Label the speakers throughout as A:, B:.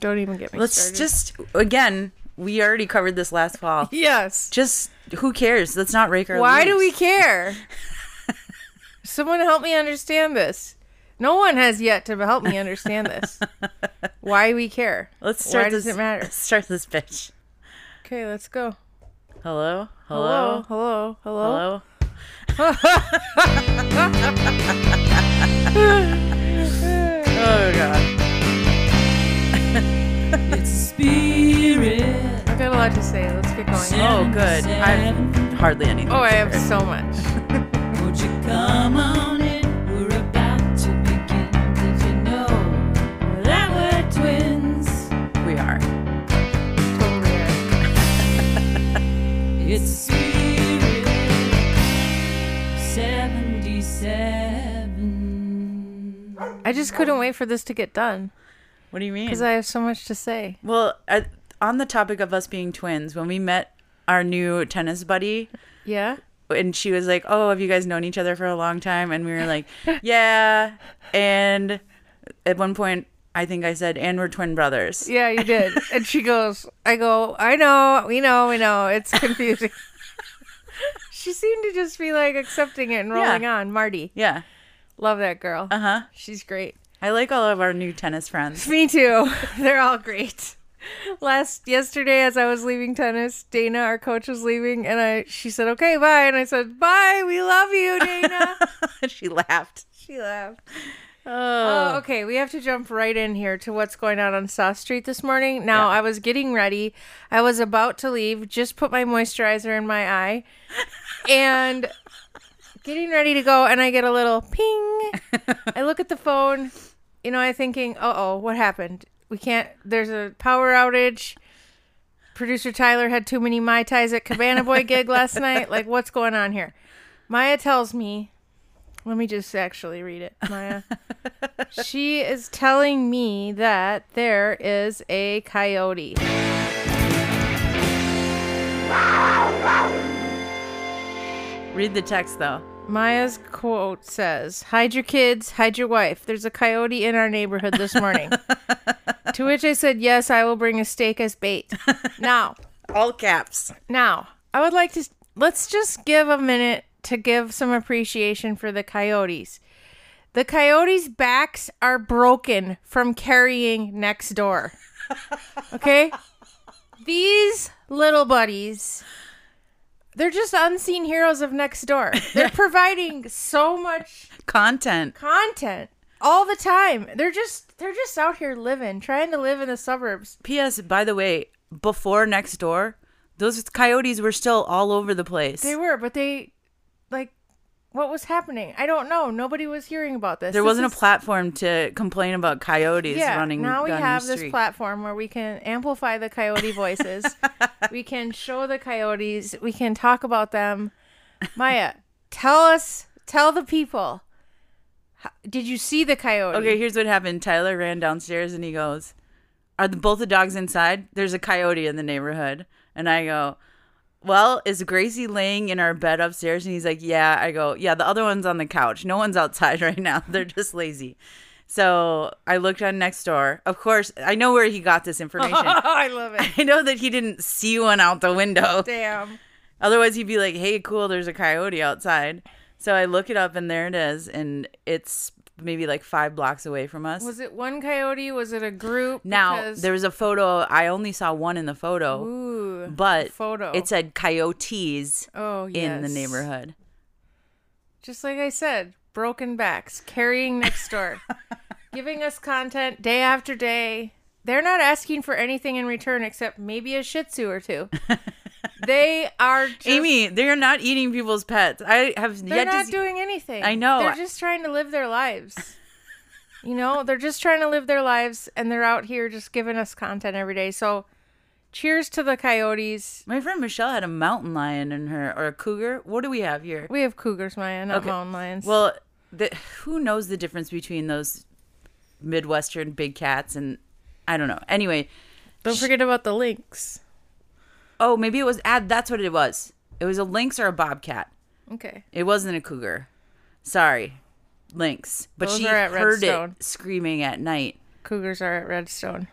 A: Don't even get me
B: Let's
A: started.
B: just again, we already covered this last fall.
A: yes.
B: Just who cares? Let's not rake our.
A: Why do we
B: leaves.
A: care? Someone help me understand this. No one has yet to help me understand this. Why we care?
B: Let's start
A: Why
B: this.
A: does it matter?
B: Start this bitch.
A: Okay, let's go.
B: Hello. Hello.
A: Hello. Hello.
B: Hello.
A: Hello.
B: Oh god.
C: Spirit.
A: I've got a lot to say. Let's get going.
B: Oh good. I've hardly anything.
A: Oh, I have so much.
C: Won't you come on in? We're about to begin. Did you know that we're twins?
B: We are.
A: Totally are.
C: It's Spirit 77.
A: I just couldn't wait for this to get done
B: What do you mean?
A: because I have so much to say.
B: Well, uh, on the topic of us being twins, when we met our new tennis buddy,
A: Yeah.
B: and she was like, "Oh, have you guys known each other for a long time?" And we were like, "Yeah." And at one point, I think I said, "And we're twin brothers."
A: Yeah, you did. And she goes, I go, I know, we know, we know. It's confusing. she seemed to just be like accepting it and rolling
B: Yeah.
A: on. Marty,
B: Yeah.
A: love that girl.
B: Uh huh.
A: She's great.
B: I like all of our new tennis friends.
A: Me too. They're all great. Last yesterday, as I was leaving tennis, Dana, our coach, was leaving, and I she said, "Okay, bye," and I said, "Bye, we love you, Dana."
B: she laughed.
A: she laughed.
B: Oh.
A: Oh, okay. We have to jump right in here to what's going on on South Street this morning. Now, I was getting ready. I was about to leave, just put my moisturizer in my eye, and getting ready to go, and I get a little ping. I look at the phone. You know, I'm thinking, uh oh, what happened? We can't, there's a power outage. Producer Tyler had too many Mai Tais at Cabana Boy gig last night. Like, what's going on here? Maya tells me, let me just actually read it. Maya. she is telling me that there is a coyote.
B: Read the text though.
A: Maya's quote says, Hide your kids, hide your wife. There's a coyote in our neighborhood this morning. to which I said, Yes, I will bring a steak as bait. now,
B: All caps.
A: now, I would like to let's just give a minute to give some appreciation for the coyotes. The coyotes' backs are broken from carrying next door. Okay? These little buddies, they're just unseen heroes of next door. They're providing so much
B: Content.
A: content all the time. They're just they're just out here living, trying to live in the suburbs.
B: P.S. By the way, before next door, those coyotes were still all over the place.
A: They were, but they like what was happening? I don't know. Nobody was hearing about this.
B: there
A: This
B: wasn't
A: is-
B: a platform to complain about coyotes
A: yeah,
B: running
A: Now we
B: down
A: have
B: your
A: this
B: street.
A: platform where we can amplify the coyote voices. we can show the coyotes. We can talk about them. Maya, tell us, tell the people. h- Did you see the coyote?
B: Okay, here's what happened. Tyler ran downstairs and he goes, "Are the, both the dogs inside? There's a coyote in the neighborhood." And I go, "Well, is Gracie laying in our bed upstairs?" And he's like, "Yeah." I go, "Yeah, the other one's on the couch. No one's outside right now. They're just lazy." So I looked on next door. Of course, I know where he got this information.
A: I love it.
B: I know that he didn't see one out the window.
A: Damn.
B: Otherwise, he'd be like, "Hey, cool, there's a coyote outside." So I look it up, and there it is, and it's maybe like five blocks away from us.
A: Was it one coyote? Was it a group?
B: Now
A: Because-
B: there was a photo. I only saw one in the photo,
A: Ooh,
B: but
A: photo.
B: it said coyotes
A: oh,
B: in the
A: yes.
B: neighborhood.
A: Just like I said, broken backs, carrying next door, giving us content day after day. They're not asking for anything in return except maybe a shih tzu or two. they are just,
B: Amy, they are not eating people's pets. I have
A: they're
B: yet to
A: not
B: see-
A: doing anything.
B: I know.
A: They're just trying to live their lives. you know, they're just trying to live their lives and they're out here just giving us content every day. So cheers to the coyotes.
B: My friend Michelle had a mountain lion in her or a cougar. What do we have here?
A: We have cougars, Maya, not
B: Okay.
A: mountain lions.
B: Well, the, who knows the difference between those midwestern big cats and I don't know. Anyway,
A: don't forget about the lynx.
B: oh maybe it was. Ah, that's what it was. It was a lynx or a bobcat.
A: Okay.
B: It wasn't a cougar. Sorry. Lynx. But
A: Those
B: she
A: are at
B: heard
A: Redstone.
B: it screaming at night.
A: Cougars are at Redstone.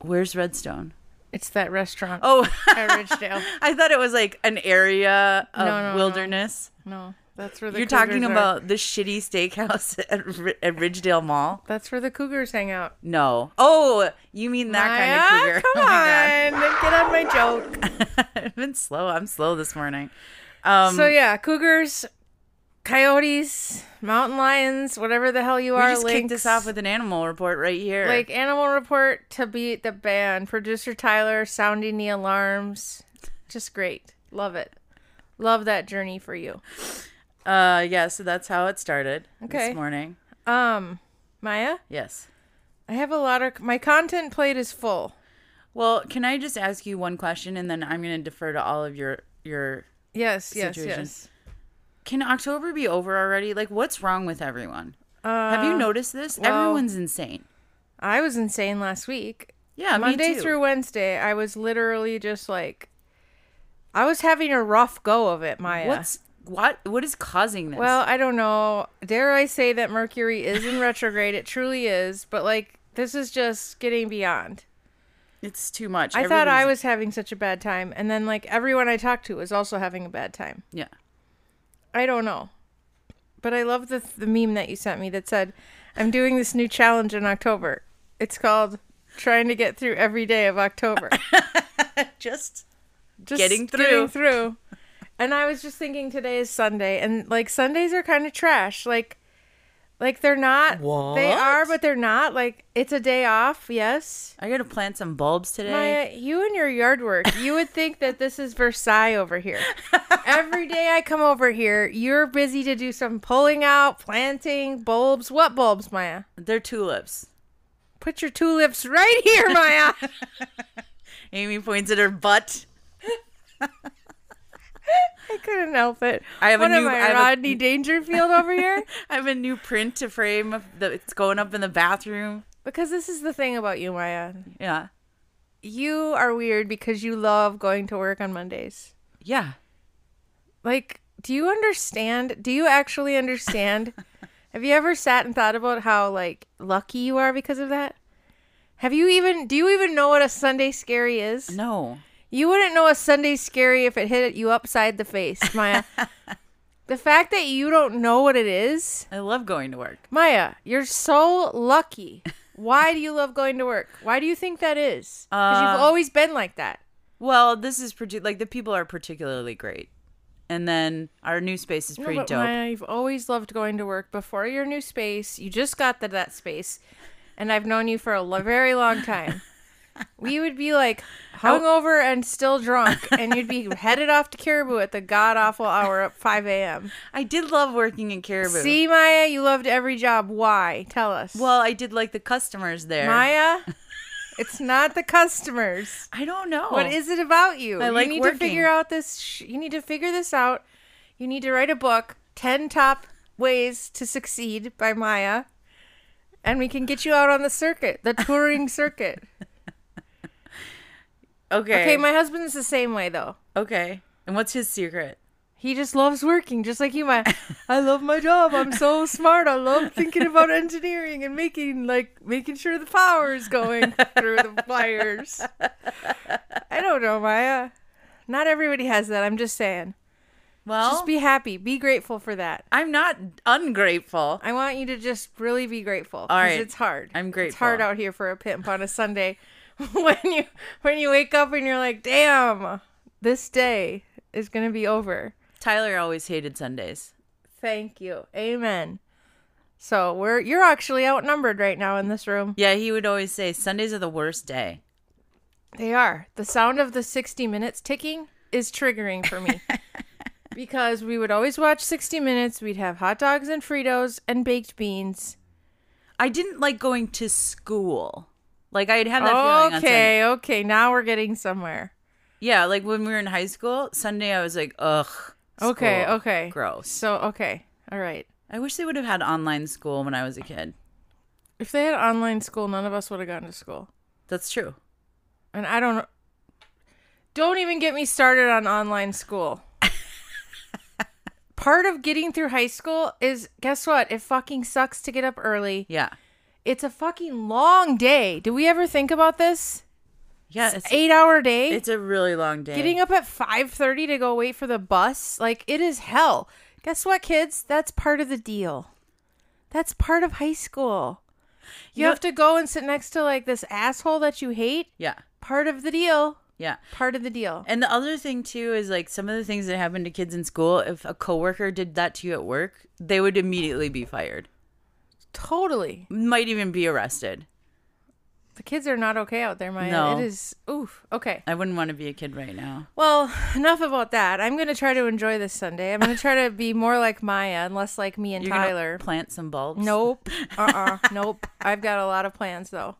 B: Where's Redstone?
A: It's that restaurant
B: Oh,
A: at Ridgedale.
B: I thought it was like an area of
A: No, no, no.
B: wilderness.
A: No, that's where the
B: You're talking
A: cougars are.
B: about the shitty steakhouse at, Ri- at Ridgedale Mall?
A: That's where the cougars hang out.
B: No. Oh, you mean that
A: Maya,
B: kind of cougar?
A: Come on, get
B: Oh my
A: on my joke.
B: God. I've been slow. I'm slow this morning. Um,
A: so yeah, cougars, coyotes, mountain lions, whatever the hell you
B: we
A: are.
B: just kicked
A: lynx.
B: this off with an animal report right here.
A: like Animal Report to beat the band. Producer Tyler sounding the alarms. Just great. Love it. Love that journey for you.
B: uh, yeah. So that's how it started
A: Okay.
B: this morning.
A: Um, Maya,
B: Yes.
A: I have a lot of my content plate is full.
B: Well, can I just ask you one question, and then I'm going to defer to all of your your.
A: Yes, yes,
B: Situation.
A: yes.
B: Can October be over already? Like, what's wrong with everyone? Have you noticed this?
A: Uh, well-
B: Everyone's insane.
A: I was insane last week.
B: Yeah,
A: Monday
B: me too.
A: through Wednesday, I was literally just like, I was having a rough go of it, Maya.
B: What's what? What is causing this?
A: Well, I don't know. Dare I say that Mercury is in retrograde? It truly is. But like, this is just getting beyond.
B: it's too much.
A: I thought I
B: Everybody's-
A: was having such a bad time, and then like everyone I talked to was also having a bad time.
B: Yeah.
A: I don't know, but I love the the meme that you sent me that said, "I'm doing this new challenge in October. It's called trying to get through every day of October."
B: Just
A: just
B: Getting through.
A: Getting through. And I was just thinking today is Sunday and like Sundays are kind of trash. Like like they're not they are but they're not. Like it's a day off, yes.
B: I got to plant some bulbs today.
A: Maya, you and your yard work. You would think that this is Versailles over here. Every day I come over here, you're busy to do some pulling out, planting, bulbs. What bulbs, Maya?
B: They're tulips.
A: Put your tulips right here, Maya.
B: Amy points at her butt.
A: I couldn't help it.
B: I have a
A: what
B: new-
A: am I,
B: I have a-
A: Rodney Dangerfield over here?
B: I have a new print to frame of the, it's going up in the bathroom.
A: Because this is the thing about you, Maya.
B: Yeah.
A: You are weird because you love going to work on Mondays.
B: Yeah.
A: Like, do you understand? Do you actually understand? Have you ever sat and thought about how like lucky you are because of that? Have you even do you even know what a Sunday scary is?
B: No.
A: You wouldn't know a Sunday scary if it hit you upside the face, Maya. the fact that you don't know what it is,
B: I love going to work.
A: Maya, you're so lucky. Why do you love going to work? Why do you think that is? Because
B: Uh,
A: you've always been like that.
B: Well, this is pretty, like the people are particularly great. And then our new space is pretty
A: but
B: dope.
A: Maya, you've always loved going to work before your new space. You just got to that space, and I've known you for a lo- very long time. we would be like hungover and still drunk, and you'd be headed off to Caribou at the god awful hour at 5 a.m.
B: I did love working in Caribou.
A: See, Maya, you loved every job. Why? Tell us.
B: Well, I did like the customers there.
A: Maya, it's not the customers.
B: I don't know.
A: What is it about you?
B: Oh. I like
A: you need
B: working.
A: to figure out this. Sh- you need to figure this out. You need to write a book, ten top ways to succeed by Maya, and we can get you out on the circuit, the touring circuit.
B: Okay.
A: Okay, my husband's the same way though.
B: okay. And what's his secret?
A: He just loves working, just like you, Maya. I love my job. I'm so smart. I love thinking about engineering and making like making sure the power is going through the wires. I don't know, Maya. Not everybody has that. I'm just saying.
B: Well,
A: Just be happy. Be grateful for that.
B: I'm not ungrateful.
A: I want you to just really be grateful. All
B: right.
A: It's hard.
B: I'm
A: It's hard
B: grateful.
A: out here for a pimp on a Sunday when you when you wake up and you're like, damn, this day is gonna be over.
B: Tyler always hated Sundays.
A: Thank you. Amen. So we're you're actually outnumbered right now in this room.
B: Yeah, he would always say Sundays are the worst day.
A: They are. The sound of the 60 minutes ticking is triggering for me. because we would always watch 60 minutes, we'd have hot dogs and Fritos and baked beans.
B: I didn't like going to school. Like I'd have that feeling on Sunday.
A: okay, okay. Now we're getting somewhere.
B: Yeah, like when we were in high school, Sunday I was like, ugh.
A: Okay,
B: school.
A: okay.
B: Gross.
A: So, okay. All right.
B: I wish they would have had online school when I was a kid.
A: If they had online school, none of us would have gone to school.
B: That's true.
A: And I don't Don't even get me started on online school. Part of getting through high school is guess what? It fucking sucks to get up early.
B: Yeah.
A: It's a fucking long day. Do we ever think about this?
B: Yeah, it's,
A: eight hour day.
B: it's a really long day.
A: Getting up at five thirty to go wait for the bus, like it is hell. Guess what, kids? That's part of the deal. That's part of high school. You,
B: You know-
A: have to go and sit next to like this asshole that you hate.
B: yeah,
A: Part of the deal.
B: yeah.
A: Part of the deal.
B: And the other thing too is like some of the things that happen to kids in school. If a coworker did that to you at work, they would immediately be fired.
A: Totally.
B: Might even be arrested.
A: The kids are not okay out there, Maya.
B: No.
A: It is oof. Okay.
B: I wouldn't want to be a kid right now.
A: Well, enough about that. I'm gonna try to enjoy this Sunday. I'm gonna try to be more like Maya and less like me and
B: You're
A: Tyler.
B: gonna plant some bulbs.
A: Nope. Uh-uh. nope. I've got a lot of plans though.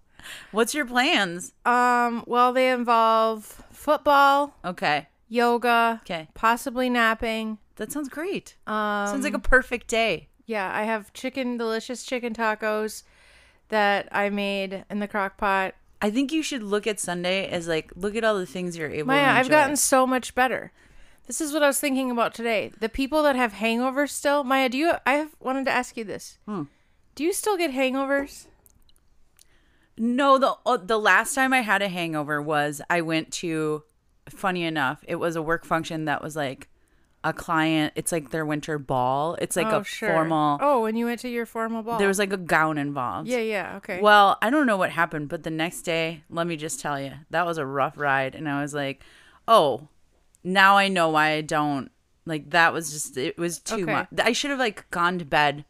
B: What's your plans?
A: Um, well, they involve football,
B: Okay.
A: yoga,
B: Okay.
A: possibly napping.
B: That sounds great.
A: Um,
B: sounds like a perfect day.
A: yeah, I have chicken, delicious chicken tacos that I made in the crock pot.
B: I think you should look at Sunday as like look at all the things you're able to
A: Maya, I've
B: enjoy.
A: gotten so much better. This is what I was thinking about today. The people that have hangovers still, Maya, do you? I have wanted to ask you this.
B: Hmm.
A: Do you still get hangovers?
B: No, the uh, the last time I had a hangover was I went to funny enough, it was a work function that was like a client, it's like their winter ball. It's like
A: oh,
B: a
A: sure.
B: formal
A: Oh, when you went to your formal ball.
B: there was like a gown involved.
A: Yeah, yeah, okay.
B: Well, I don't know what happened, but the next day, let me just tell you, that was a rough ride. And I was like, oh, now I know why I don't. Like, that was just, it was too
A: Okay.
B: much. I should have, like, gone to bed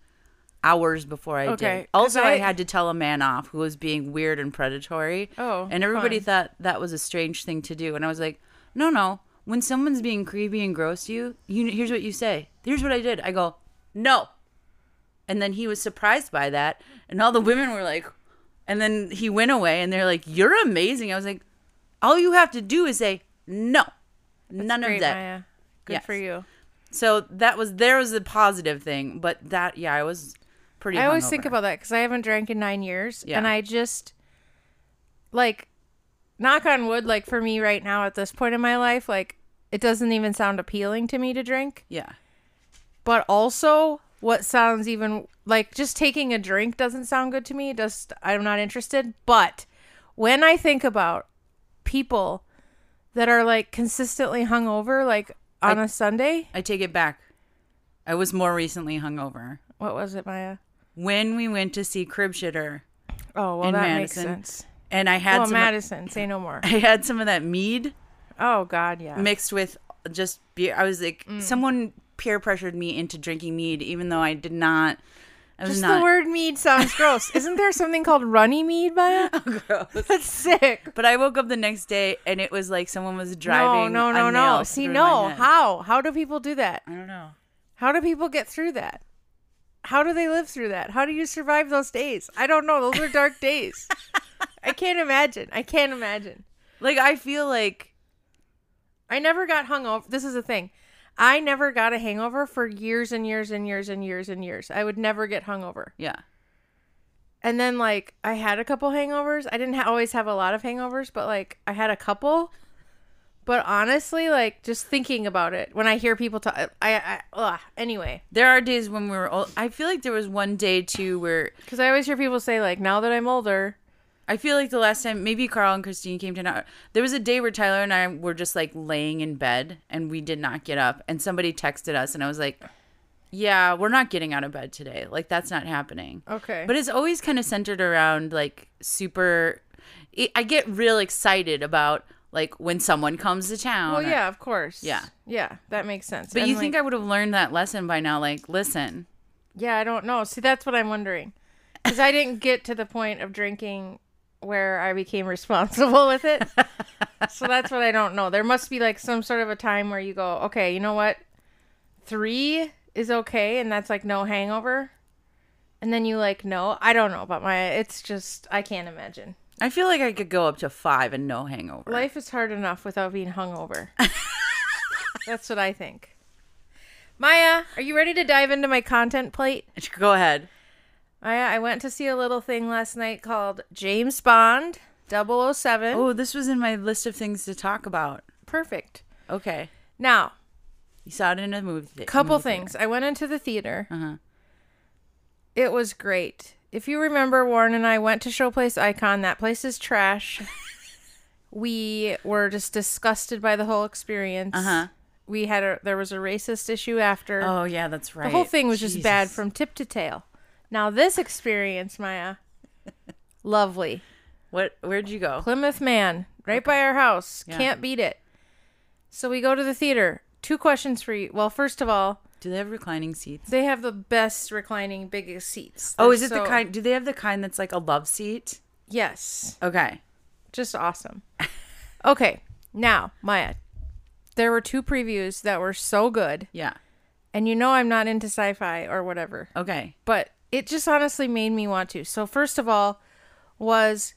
B: hours before I
A: Okay,
B: did.
A: 'cause
B: Also, I,
A: I-
B: had to tell a man off who was being weird and predatory.
A: Oh,
B: And everybody
A: fun.
B: thought that was a strange thing to do. And I was like, no, no. When someone's being creepy and gross to you, you here's what you say. Here's what I did. I go, no. And then he was surprised by that. And all the women were like, and then he went away and they're like, you're amazing. I was like, all you have to do is say, no, none
A: Great,
B: of that.
A: Maya. Good
B: Yes.
A: for you.
B: So that was, there was the positive thing. But that, yeah, I was pretty.
A: I always think
B: hungover.
A: about that because I haven't drank in nine years,
B: Yeah.
A: and I just like knock on wood. Like for me right now at this point in my life, like it doesn't even sound appealing to me to drink.
B: Yeah.
A: But also, what sounds even like just taking a drink doesn't sound good to me. It Just I'm not interested. But when I think about people that are like consistently hungover, like on a Sunday,
B: I take it back. I was more recently hungover.
A: what was it, Maya?
B: when we went to see Crib Shitter,
A: Oh, well,
B: In
A: that
B: Madison.
A: makes sense.
B: and I had
A: Well,
B: some,
A: Madison, say no more.
B: I had some of that mead
A: Oh God, yeah.
B: mixed with just beer. I was like,
A: Mm.
B: someone peer pressured me into drinking mead, even though I did not. I was
A: Just
B: not.
A: the word mead sounds gross. Isn't there something called runny mead, Maya?
B: Oh,
A: That's sick.
B: But I woke up the next day and it was like someone was driving.
A: no, no,
B: a
A: no, no.
B: nail
A: See,
B: through my
A: no.
B: head.
A: How? How do people do that?
B: I don't know.
A: How do people get through that? How do they live through that? How do you survive those days? I don't know. Those are dark days. I can't imagine. I can't imagine.
B: Like I feel like
A: I never got hungover. This is the thing. I never got a hangover for years and years and years and years and years. I would never get hungover.
B: yeah,
A: And then like I had a couple hangovers. I didn't ha- always have a lot of hangovers, but like I had a couple. But honestly, like just thinking about it, when I hear people talk, I, I, ugh. anyway,
B: there are days when we were. Old. I feel like there was one day too where
A: because I always hear people say like, now that I'm older,
B: I feel like the last time maybe Carl and Christine came to an hour. There was a day where Tyler and I were just like laying in bed and we did not get up. And somebody texted us and I was like, Yeah, we're not getting out of bed today. Like that's not happening.
A: okay,
B: But it's always kind of centered around like super it, I get real excited about like when someone comes to town.
A: well,
B: or-
A: oh, yeah, of course,
B: Yeah.
A: yeah, that makes sense.
B: But
A: And,
B: you think
A: like,
B: I would have learned that lesson by now like listen.
A: yeah, I don't know. See, that's what I'm wondering, because I didn't get to the point of drinking where I became responsible with it. so that's what I don't know. There must be like some sort of a time where you go, okay, you know what? Three is okay, and that's like no hangover. And then you like, no, I don't know, but my, it's just, I can't imagine.
B: I feel like I could go up to 5 and no hangover.
A: Life is hard enough without being hungover. that's what I think. Maya, are you ready to dive into my content plate?
B: Go ahead.
A: Maya, Oh, I went to see a little thing last night called James Bond 007.
B: Oh, this was in my list of things to talk about.
A: Perfect.
B: Okay.
A: Now,
B: You saw it in a movie. thea-
A: couple
B: movie theater.
A: things. I went into the theater.
B: Uh-huh.
A: It was great. If you remember, Warren and I went to Showplace Icon. That place is trash. We were just disgusted by the whole experience.
B: Uh-huh.
A: We had a there was a racist issue after.
B: Oh yeah, that's right.
A: the whole thing was just bad
B: Jesus.
A: from tip to tail. Now this experience, Maya, lovely.
B: What? Where'd you go?
A: Plymouth Man, right by our house. Can't beat it. So we go to the theater. Two questions for you. Well, first of all,
B: Do they have reclining seats?
A: they have the best reclining biggest seats.
B: Oh,
A: They're
B: is it the
A: so-
B: kind? Do they have the kind that's like a love seat?
A: Yes.
B: Okay.
A: Just awesome. Okay. Now, Maya, there were two previews that were so good.
B: Yeah.
A: And you know I'm not into sci-fi or whatever.
B: Okay.
A: but it just honestly made me want to. So first of all, was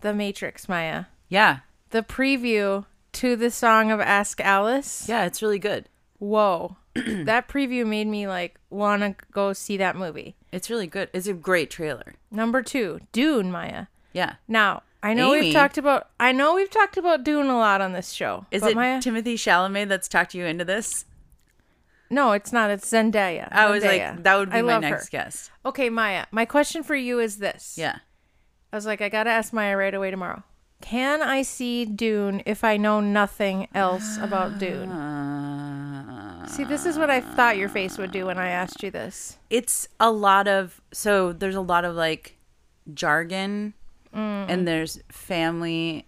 A: the Matrix Maya
B: Yeah.
A: the preview to the song of Ask Alice?
B: Yeah. It's really good.
A: Whoa, that preview made me like wanna go see that movie.
B: It's really good. It's a great trailer.
A: Number two, Dune Maya.
B: Yeah.
A: Now I know
B: Amy.
A: we've talked about I know we've talked about Dune a lot on this show.
B: Is
A: but
B: it
A: Maya?
B: Timothy Chalamet that's talked you into this?
A: no, it's not. It's Zendaya.
B: I was
A: Zendaya.
B: like, that would be
A: I
B: my
A: love her.
B: next guest.
A: Okay, Maya. My question for you is this.
B: Yeah.
A: I was like, I gotta ask Maya right away tomorrow. Can I see Dune if I know nothing else about Dune?
B: Uh,
A: See, this is what I thought your face would do when I asked you this.
B: it's a lot of so there's a lot of like jargon and there's family.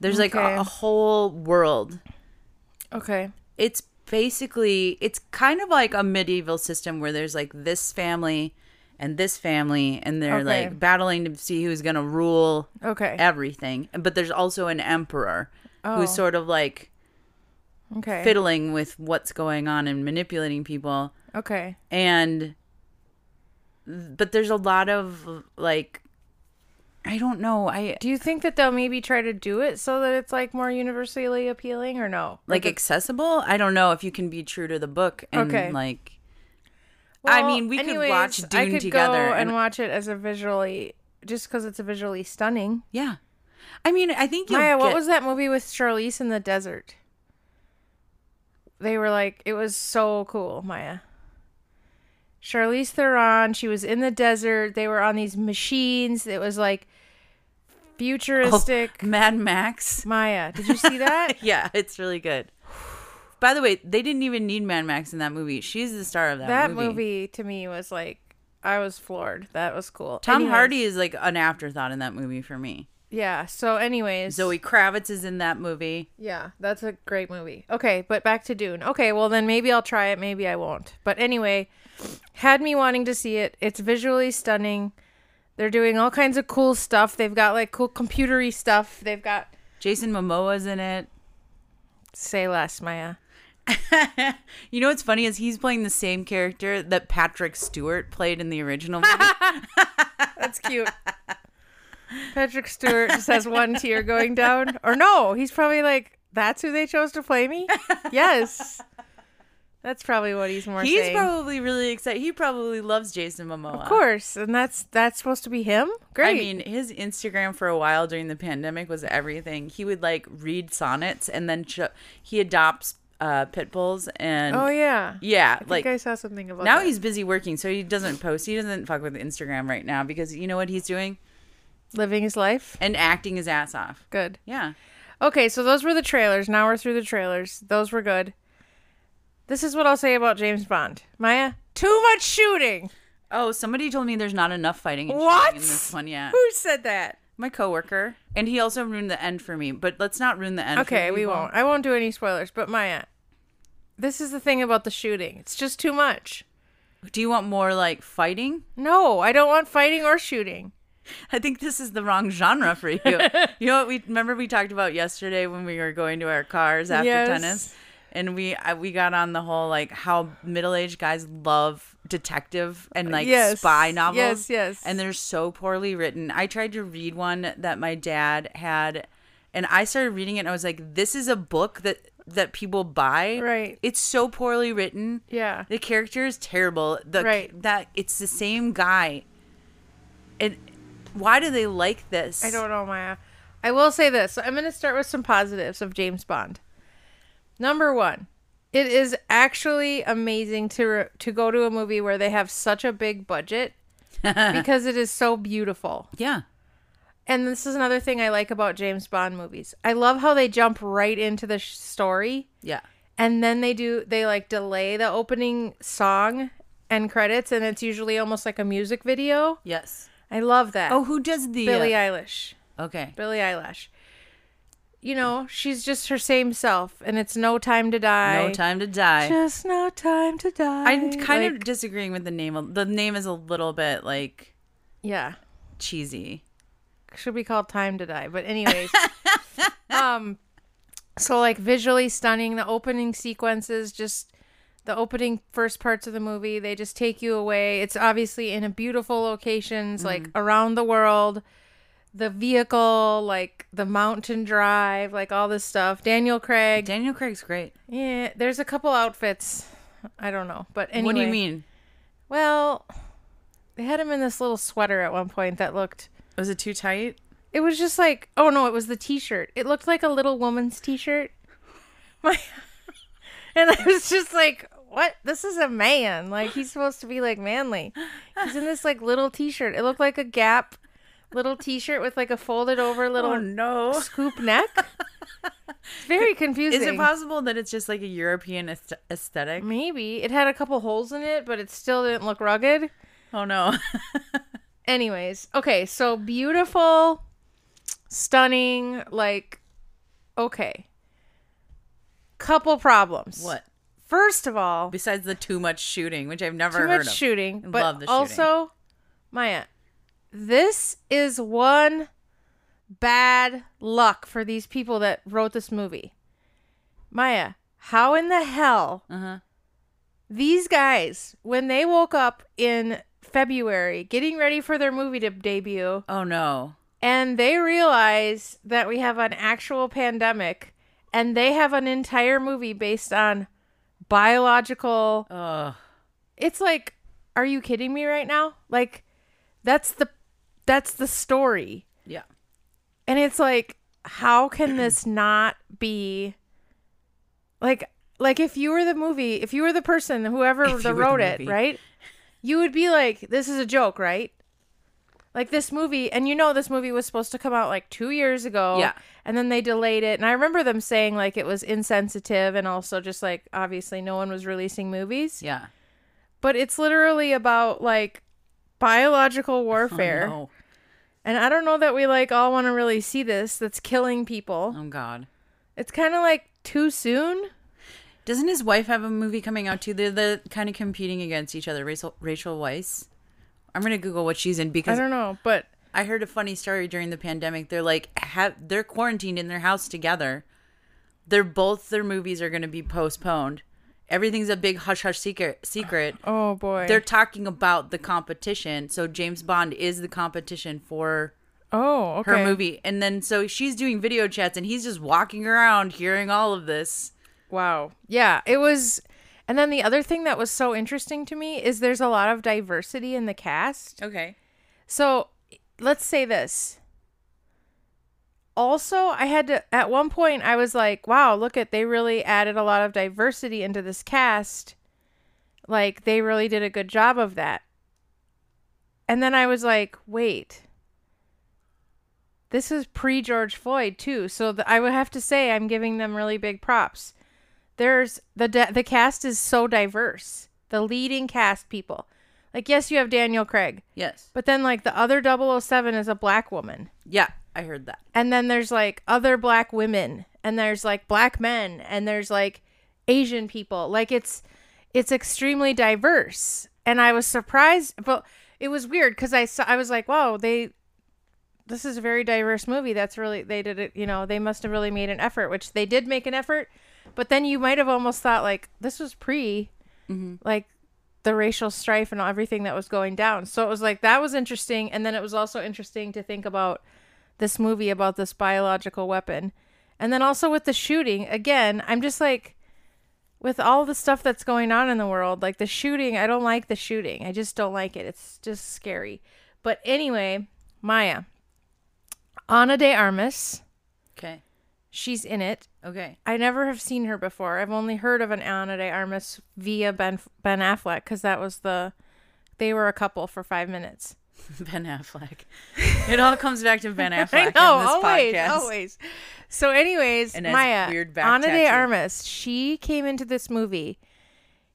B: There's like
A: Okay.
B: a, a whole world.
A: Okay.
B: It's basically it's kind of like a medieval system where there's like this family and this family and they're
A: Okay.
B: like battling to see who's going to rule
A: Okay.
B: everything. But there's also an emperor who's
A: Oh.
B: sort of like
A: Okay.
B: fiddling with what's going on and manipulating people.
A: Okay.
B: And but there's a lot of like I don't know. I
A: Do you think that they'll maybe try to do it so that it's like more universally appealing or no?
B: like
A: it's
B: accessible. I don't know if you can be true to the book and
A: Okay.
B: like I mean, we could watch Dune
A: I could
B: together
A: go and
B: and-
A: watch it as a visually just because it's a visually stunning.
B: yeah. I mean, I think you
A: Maya, what was that movie with Charlize in the desert? They were like, it was so cool, Maya. Charlize Theron, she was in the desert. They were on these machines. It was like
B: Oh,
A: futuristic.
B: Mad Max.
A: Maya, did you see that?
B: yeah, it's really good. By the way, they didn't even need Mad Max in that movie. She's the star of that,
A: that movie. to me was like, I was floored. That was cool.
B: Tom
A: Anyways,
B: Hardy is like an afterthought in that movie for me.
A: Yeah. So, anyways,
B: Zoe Kravitz is in that movie.
A: Yeah, that's a great movie. Okay, but back to Dune. Okay, well then maybe I'll try it, maybe I won't. But anyway, had me wanting to see it. It's visually stunning. They're doing all kinds of cool stuff. They've got like cool computery stuff. They've got
B: Jason Momoa's in it.
A: say less, Maya.
B: You know what's funny is he's playing the same character that Patrick Stewart played in the original movie.
A: That's cute. Patrick Stewart just has one tear going down. Or no, he's probably like, that's who they chose to play me? Yes. That's probably what he's more
B: he's
A: saying.
B: probably really excited. He probably loves Jason Momoa.
A: of course, and that's that's supposed to be him. Great.
B: I mean, his Instagram for a while during the pandemic was everything. He would like read sonnets and then cho- he adopts uh, pit bulls and
A: Oh yeah.
B: yeah,
A: I
B: like
A: think I saw something about
B: now
A: that.
B: he's busy working, so he doesn't post. He doesn't fuck with Instagram right now because you know what he's doing
A: living his life.
B: and acting his ass off.
A: Good.
B: Yeah,
A: Okay, so those were the trailers. Now we're through the trailers. Those were good. This is what I'll say about James Bond. Maya, too much shooting.
B: Oh, somebody told me there's not enough fighting and shooting
A: What?
B: in this one yet.
A: Who said that?
B: My coworker. And he also ruined the end for me, but let's not ruin the end. for
A: Okay, we
B: people.
A: won't. I won't do any spoilers, but Maya, this is the thing about the shooting. It's just too much.
B: Do you want more like fighting?
A: No, I don't want fighting or shooting.
B: I think this is the wrong genre for you. you know what we remember we talked about yesterday when we were going to our cars after
A: Yes.
B: tennis and we I, we got on the whole like how middle-aged guys love detective and like
A: Yes.
B: spy novels.
A: Yes, yes.
B: And they're so poorly written. I tried to read one that my dad had and I started reading it and I was like this is a book that that people buy.
A: Right.
B: It's so poorly written.
A: Yeah.
B: The character is terrible. The
A: Right.
B: that it's the same guy. And why do they like this?
A: I don't know, Maya. I will say this. So I'm going to start with some positives of James Bond. Number one, it is actually amazing to re- to go to a movie where they have such a big budget because it is so beautiful.
B: Yeah.
A: and this is another thing I like about James Bond movies. I love how they jump right into the sh- story
B: Yeah.
A: and then they do they like delay the opening song and credits and it's usually almost like a music video.
B: Yes.
A: I love that.
B: Oh, who does the
A: Billie Eilish.
B: Okay.
A: Billie Eilish. You know, she's just her same self and it's no time to die.
B: No time to die.
A: Just no time to die.
B: I'm kind of
A: Like,
B: disagreeing with the name. a- The name is a little bit like
A: yeah.
B: cheesy.
A: should be called Time to Die. But anyways, um, so like visually stunning, the opening sequences, just the opening first parts of the movie, they just take you away. It's obviously in a beautiful locations, like
B: Mm-hmm.
A: around the world. The vehicle, like the mountain drive, like all this stuff. Daniel Craig.
B: Daniel Craig's great.
A: Yeah, there's a couple outfits. I don't know, but anyway.
B: What do you mean?
A: Well, they had him in this little sweater at one point that looked
B: Was it too tight?
A: it was just like, oh no, it was the T-shirt. It looked like a little woman's T-shirt. My, and I was just like, what? This is a man. Like he's supposed to be like manly. He's in this like little T-shirt. It looked like a Gap little T-shirt with like a folded over little
B: Oh, no.
A: scoop neck. It's very confusing.
B: Is it possible that it's just like a European aest- aesthetic?
A: Maybe it had a couple holes in it, but it still didn't look rugged.
B: Oh no.
A: Anyways, okay, so beautiful, stunning, like, okay. Couple problems.
B: what?
A: First of all,
B: Besides the too much shooting, which I've never
A: too
B: heard
A: much
B: of.
A: shooting,
B: I
A: but
B: love the shooting.
A: also, Maya, this is one bad luck for these people that wrote this movie. Maya, how in the hell
B: Uh-huh.
A: these guys, when they woke up in February, getting ready for their movie to debut,
B: Oh no.
A: and they realize that we have an actual pandemic and they have an entire movie based on biological
B: Oh.
A: it's like are you kidding me right now like that's the that's the story
B: Yeah.
A: and it's like how can this not be like like if you were the movie if you were the person whoever
B: If you
A: that
B: were the
A: wrote it
B: movie.
A: right you would be like this is a joke right like this movie and you know this movie was supposed to come out like two years ago
B: Yeah.
A: and then they delayed it and i remember them saying like it was insensitive and also just like obviously no one was releasing movies
B: Yeah.
A: but it's literally about like biological warfare
B: Oh,
A: and I don't know that we like all want to really see this that's killing people.
B: no. oh god.
A: It's kind of like too soon.
B: Doesn't his wife have a movie coming out too? They're the kind of competing against each other. Rachel Rachel Weisz. I'm gonna Google what she's in
A: I
B: because
A: don't know, but
B: I heard a funny story during the pandemic. They're like have they're quarantined in their house together. They're both their movies are going to be postponed. Everything's a big hush hush secret. Secret.
A: oh boy.
B: They're talking about the competition. So James Bond is the competition for
A: oh, okay.
B: her movie, and then so she's doing video chats, and he's just walking around hearing all of this.
A: Wow. Yeah, it was and then the other thing that was so interesting to me is there's a lot of diversity in the cast.
B: Okay.
A: So, let's say this. Also, I had to at one point I was like, wow, look at they really added a lot of diversity into this cast. Like they really did a good job of that. And then I was like, wait. This is pre George Floyd too, so th- I would have to say I'm giving them really big props. There's the de- the cast is so diverse. The leading cast people. Like yes, you have Daniel Craig,
B: Yes.
A: but then like the other 007 is a black woman.
B: Yeah, I heard that.
A: And then there's like other black women and there's like black men and there's like Asian people. Like it's it's extremely diverse. And I was surprised but it was weird cuz I saw I was like, "Wow, they this is a very diverse movie. That's really they did it, you know, they must have really made an effort, which they did make an effort. But then you might have almost thought like this was pre like the racial strife and everything that was going down. So it was like that was interesting and then it was also interesting to think about this movie about this biological weapon. And then also with the shooting, again, I'm just like with all the stuff that's going on in the world, like the shooting, I don't like the shooting. I just don't like it. It's just scary. But anyway, Maya, Ana de Armas,
B: Okay.
A: she's in it.
B: Okay.
A: I never have seen her before. I've only heard of an Ana de Armas via Ben Ben Affleck because that was the they were a couple for five minutes.
B: Ben Affleck. It all comes back to Ben Affleck.
A: I know,
B: in this
A: always,
B: podcast.
A: always. So, anyways,
B: And has
A: Maya,
B: weird back
A: Ana de
B: tattoo.
A: Armas, she came into this movie,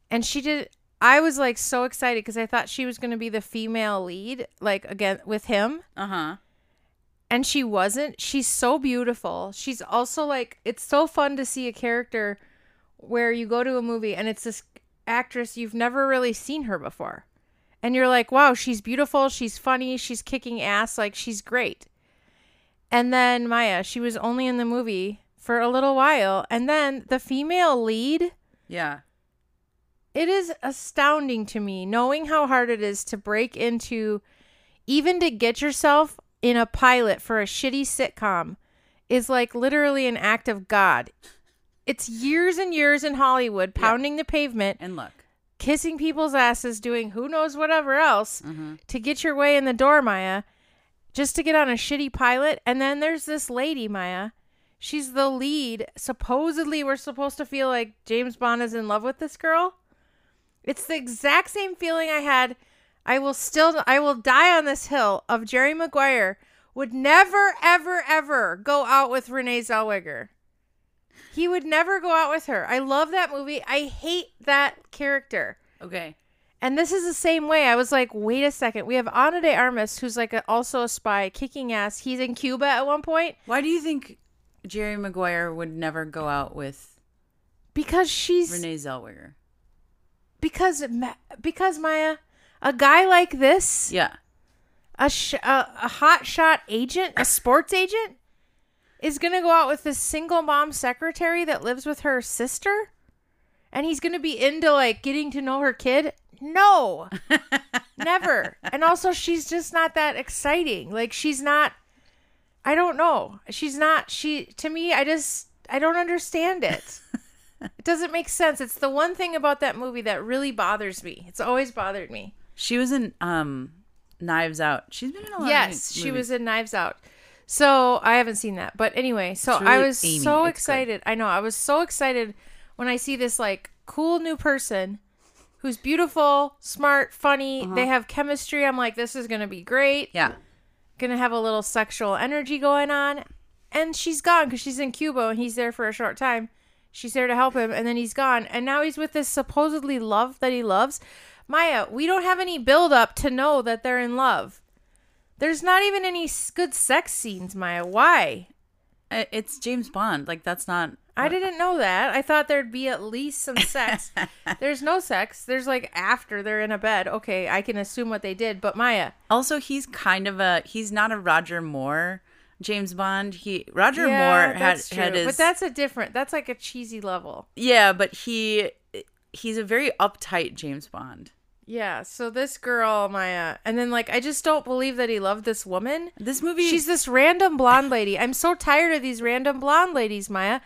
A: and she did. I was like so excited because I thought she was going to be the female lead, like again with him,
B: Uh huh.
A: and she wasn't. She's so beautiful. She's also like it's so fun to see a character where you go to a movie and it's this actress you've never really seen her before. And you're like, "Wow, she's beautiful, she's funny, she's kicking ass, like she's great." And then Maya, she was only in the movie for a little while, and then the female lead
B: Yeah.
A: it is astounding to me knowing how hard it is to break into even to get yourself in a pilot for a shitty sitcom is like literally an act of god it's years and years in hollywood pounding the pavement
B: And look.
A: kissing people's asses doing who knows whatever else to get your way in the door maya just to get on a shitty pilot and then there's this lady maya she's the lead supposedly we're supposed to feel like james bond is in love with this girl it's the exact same feeling I had. I will still, I will die on this hill of Jerry Maguire would never, ever, ever go out with Renee Zellweger. He would never go out with her. I love that movie. I hate that character.
B: Okay.
A: And this is the same way. I was like, wait a second. We have Ana de Armas, who's like a, also a spy, kicking ass. He's in Cuba at one point
B: Why do you think Jerry Maguire would never go out with
A: because she's
B: Renee Zellweger?
A: because Ma- because Maya, a guy like this.
B: Yeah.
A: a sh- a, a hot shot agent, a sports agent, is gonna go out with this single mom secretary that lives with her sister, and he's gonna be into like getting to know her kid. No, never. And also, she's just not that exciting. Like she's not. I don't know. She's not. She to me, I just I don't understand it. it doesn't make sense. It's the one thing about that movie that really bothers me. It's always bothered me.
B: She was in um Knives Out. She's been in a lot of
A: Yes, she
B: movies.
A: was in Knives Out. So I haven't seen that, but anyway, so
B: It's really
A: I was
B: Amy. It's
A: so
B: good.
A: excited. I know I was so excited when I see this like cool new person who's beautiful, smart, funny. They
B: Uh-huh.
A: have chemistry. I'm like, this is gonna be great.
B: Yeah.
A: Gonna have a little sexual energy going on, and she's gone because she's in Cuba and he's there for a short time. She's there to help him, and then he's gone, and now he's with this supposedly love that he loves. Maya, we don't have any build up to know that they're in love. There's not even any s- good sex scenes, Maya. Why?
B: I- It's James Bond. Like that's not
A: I didn't know that. I thought there'd be at least some sex. There's no sex. There's like after they're in a bed. Okay, I can assume what they did, but Maya.
B: Also, he's kind of a he's not a Roger Moore James Bond. He Roger Moore had
A: that's
B: had
A: true.
B: his
A: But that's a different. That's like a cheesy level.
B: yeah, but he he's a very uptight James Bond.
A: Yeah. So this girl, Maya, and then like I just don't believe that he loved this woman.
B: This movie,
A: She's this random blonde lady. I'm so tired of these random blonde ladies, Maya.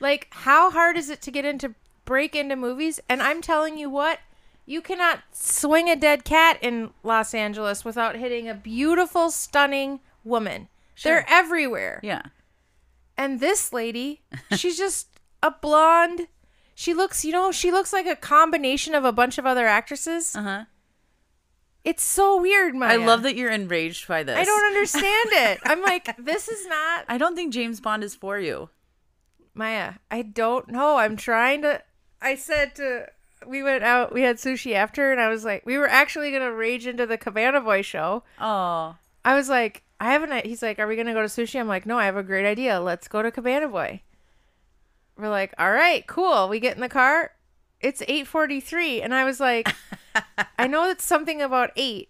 A: Like, how hard is it to get into break into movies? And I'm telling you what, you cannot swing a dead cat in Los Angeles without hitting a beautiful, stunning woman.
B: Sure.
A: They're everywhere.
B: yeah,
A: And this lady, she's just a blonde. She looks, you know, she looks like a combination of a bunch of other actresses.
B: uh huh.
A: It's so weird, Maya.
B: I love that you're enraged by this.
A: Oh, I don't understand it. I'm like, this is not
B: I don't think James Bond is for you.
A: Maya, I don't know. I'm trying to. I said to. We went out. We had sushi after, and I was like, we were actually gonna rage into the Cabana Boy show.
B: Oh,
A: I was like, I have an. i- He's like, are we gonna go to sushi? I'm like, no, I have a great idea. Let's go to Cabana Boy. We're like, all right, cool. We get in the car. It's 8:43, and I was like, I know it's something about eight,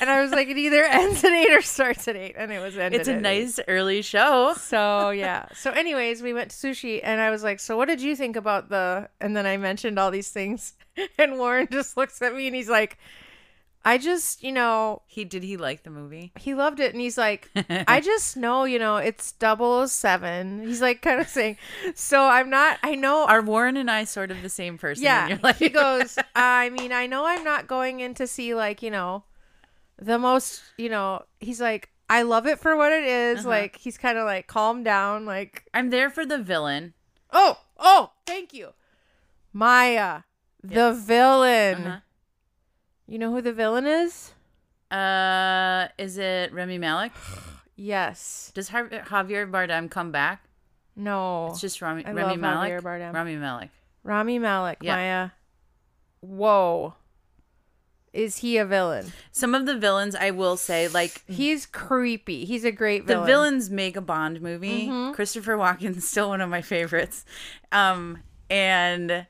A: and I was like, it either ends at eight or starts at eight, and it was ended.
B: it's a
A: at eight.
B: nice early show.
A: So yeah. So anyways, we went to sushi and I was like, "So what did you think about the?" And then I mentioned all these things, and Warren just looks at me and he's like, "I just, you know,
B: He did he like the movie?
A: he loved it." And he's like, "I just know, you know, it's 007. He's like kind of saying, "So I'm not. I know
B: Are Warren and I sort of the same person? in
A: yeah,
B: your life?
A: he goes. I mean, I know I'm not going in to see like you know, the most you know. He's like, I love it for what it is.
B: Uh-huh.
A: Like he's kind of like calm down. Like
B: I'm there for the villain.
A: Oh, oh, thank you. Maya, the villain.
B: Uh-huh.
A: You know who the villain is?
B: Uh, is it Remy Malik?
A: Yes.
B: Does Har- Javier Bardem come back?
A: No.
B: It's just Rami,
A: I
B: Remy
A: love
B: Malik.
A: Javier Bardem.
B: Rami Malik.
A: Rami Malik,
B: Yeah.
A: Maya. Whoa. Is he a villain?
B: Some of the villains, I will say, like
A: He's creepy. He's a great villain.
B: the villains make a Bond movie. Christopher Walken's still one of my favorites. Um, and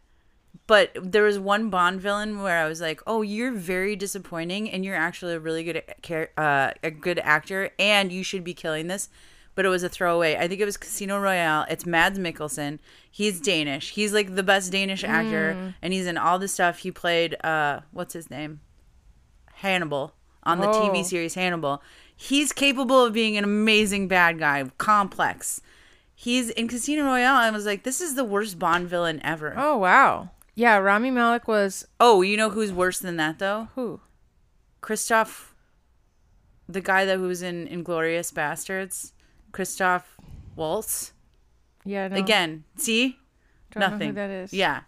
B: but there was one Bond villain where I was like, "Oh, you're very disappointing, and you're actually a really good a- char- uh, a good actor, and you should be killing this." But it was a throwaway. I think it was Casino Royale. It's Mads Mikkelsen. He's Danish. He's like the best Danish actor, and he's in all the stuff. He played uh, what's his name? Hannibal on the
A: Oh.
B: TV series Hannibal. He's capable of being an amazing bad guy, complex. He's in Casino Royale. I was like, this is the worst Bond villain ever. Oh,
A: Oh wow. Yeah, Rami Malik was
B: you know who's worse than that though?
A: who?
B: Christoph, the guy that was in Inglorious Bastards, Christoph Waltz.
A: Yeah, no,
B: Again, see,
A: Oh. don't know who
B: nothing.
A: that is.
B: Yeah.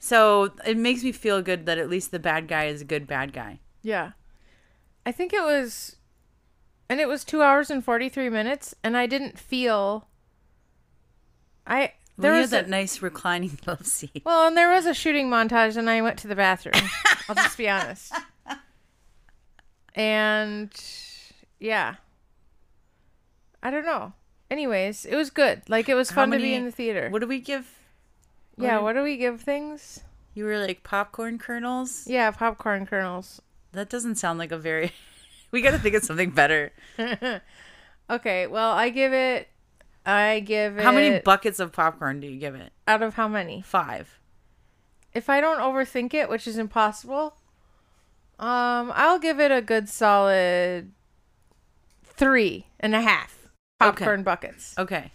B: So it makes me feel good that at least the bad guy is a good bad guy.
A: Yeah. I think it was and it was 2 hours and 43 minutes and I didn't feel I
B: There
A: there
B: we
A: was
B: had
A: a,
B: that nice reclining love seat.
A: well, and there was a shooting montage and I went to the bathroom. I'll just be honest. And yeah. I don't know. Anyways, it was good. Like it was
B: How
A: fun to be
B: many-
A: in the theater.
B: What do we give?
A: yeah, what do we give things?
B: You were like popcorn kernels.
A: Yeah, popcorn kernels.
B: That doesn't sound like a very. we got to think of something better.
A: Okay, well, I give it. I give it.
B: How many buckets of popcorn do you give it?
A: out of how many?
B: Five.
A: If I don't overthink it, which is impossible, um, I'll give it a good solid three and a half popcorn buckets.
B: Okay.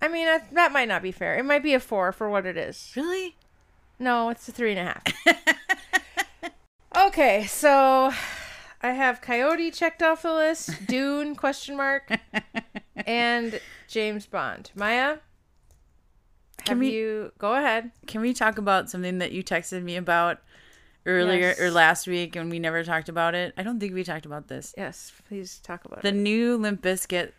A: I mean, I, that might not be fair. It might be a four for what it is.
B: Really?
A: No, it's a three and a half. okay, so I have Coyote checked off the list. Dune question mark and James Bond. Maya, have
B: we-
A: you go ahead?
B: Can we talk about something that you texted me about earlier
A: Yes.
B: or last week and we never talked about it? I don't think we talked about this.
A: Yes, please talk about
B: The
A: it.
B: new Limp Bizkit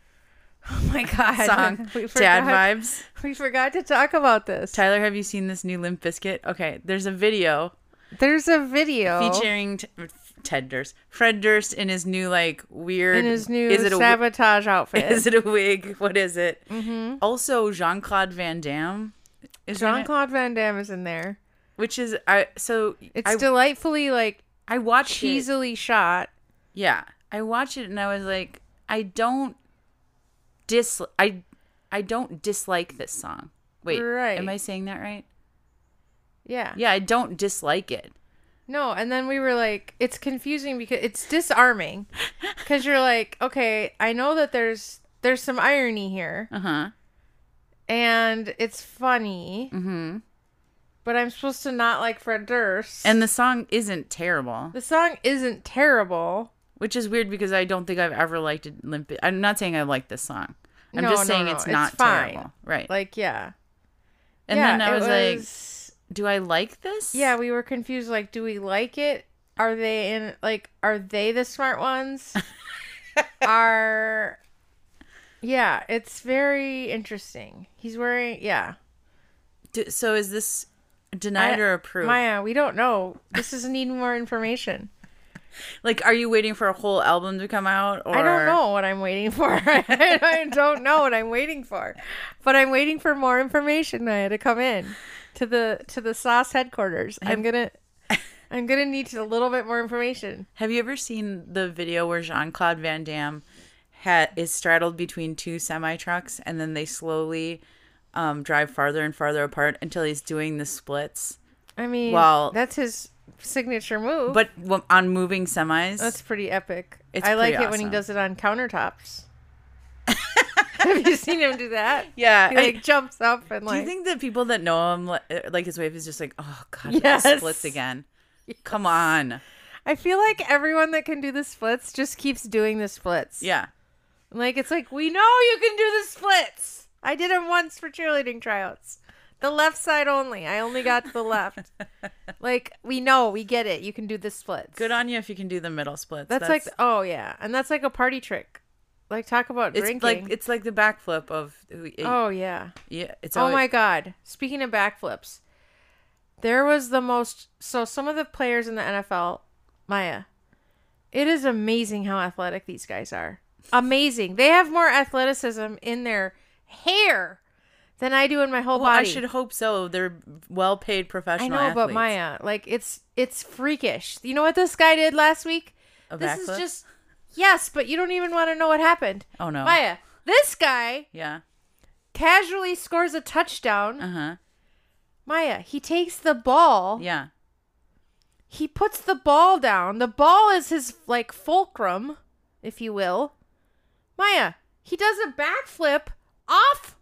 A: Oh my god,
B: song,
A: we
B: Dad
A: forgot,
B: Vibes.
A: We forgot to talk about this.
B: Tyler, have you seen this new Limp Bizkit? Okay, there's a video
A: There's a video
B: featuring t- Ted Durst, Fred Durst in his new like weird.
A: in his new
B: is it a wi-
A: sabotage outfit.
B: Is it a wig? What is it?
A: Mm-hmm.
B: Also, Jean Claude Van Damme. Is in it,
A: Jean Claude Van Damme is in there.
B: which is I so
A: It's
B: I,
A: delightfully like
B: I watched it.
A: cheesily shot.
B: Yeah, I watched it and I was like, I don't dis I I don't dislike this song. Wait,
A: Right.
B: am I saying that right?
A: Yeah.
B: Yeah, I don't dislike it.
A: No, and then we were like, it's confusing because it's disarming, because you're like, okay, I know that there's there's some irony here,
B: Uh huh.
A: and it's funny, mm-hmm. but I'm supposed to not like Fred Durst,
B: And the song isn't terrible,
A: the song isn't terrible.
B: which is weird because I don't think I've ever liked it. Limp. I'm not saying I like this song. I'm
A: No,
B: just
A: no,
B: saying
A: no,
B: it's
A: it's
B: not
A: fine.
B: terrible, right?
A: Like, yeah,
B: and
A: yeah,
B: then I
A: it
B: was, like, "Do I like this?"
A: yeah, we were confused. Like, do we like it? Are they in? Like, are they the smart ones? are, yeah, it's very interesting. He's wearing, yeah.
B: Do, so is this denied
A: I-
B: or approved?
A: Maya, we don't know. This is need more information.
B: Like, are you waiting for a whole album to come out? Or
A: I don't know what I'm waiting for. I don't know what I'm waiting for. But I'm waiting for more information, Maya, to come in to the to the sauce headquarters. I'm gonna I'm gonna need a little bit more information.
B: Have you ever seen the video where Jean Claude Van Damme ha- is straddled between two semi trucks and then they slowly um, drive farther and farther apart until he's doing the splits,
A: I mean
B: Well-
A: that's his signature move.
B: but w- on moving semis?
A: that's pretty epic.
B: It's
A: I like
B: pretty
A: it when he
B: awesome.
A: does it on countertops. Have you seen him do that?
B: yeah.
A: He
B: I-
A: like jumps up and
B: do
A: like
B: you think that people that know him, li- uh, like his wife, is just like, oh god, with the
A: Yes.
B: splits again? Come on,
A: I feel like everyone that can do the splits just keeps doing the splits.
B: yeah.
A: Like it's like we know you can do the splits. I did them once for cheerleading tryouts. The left side only. I only got the left. like we know, we get it. You can do the splits.
B: Good on you if you can do the middle splits.
A: That's, like oh yeah, and that's like a party trick. Like talk about
B: it's
A: drinking.
B: like it's like the backflip of oh
A: oh yeah.
B: yeah. It's
A: oh my god. Speaking of backflips, there was the most so some of the players in the NFL, Maya, it is amazing how athletic these guys are. Amazing. They have more athleticism in their hair than I do in my whole
B: Well,
A: body.
B: I should hope so. They're well-paid
A: I
B: professional.
A: know, but
B: athletes.
A: Maya, like it's it's freakish. You know what this guy did last week?
B: A
A: this
B: backflip?
A: is just yes, but you don't even want to know what happened.
B: Oh no.
A: Maya, this guy
B: Yeah.
A: casually scores a touchdown.
B: Uh huh.
A: Maya, he takes the ball.
B: Yeah.
A: He puts the ball down. The ball is his like fulcrum, if you will. Maya, he does a backflip off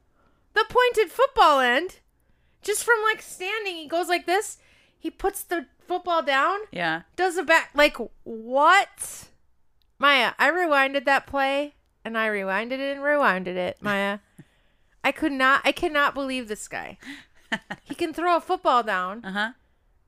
A: the pointed football end. Just from like standing, he goes like this. He puts the football down.
B: Yeah.
A: does a back like what maya i rewinded that play and i rewinded it and rewinded it maya i could not i cannot believe this guy he can throw a football down
B: Uh huh.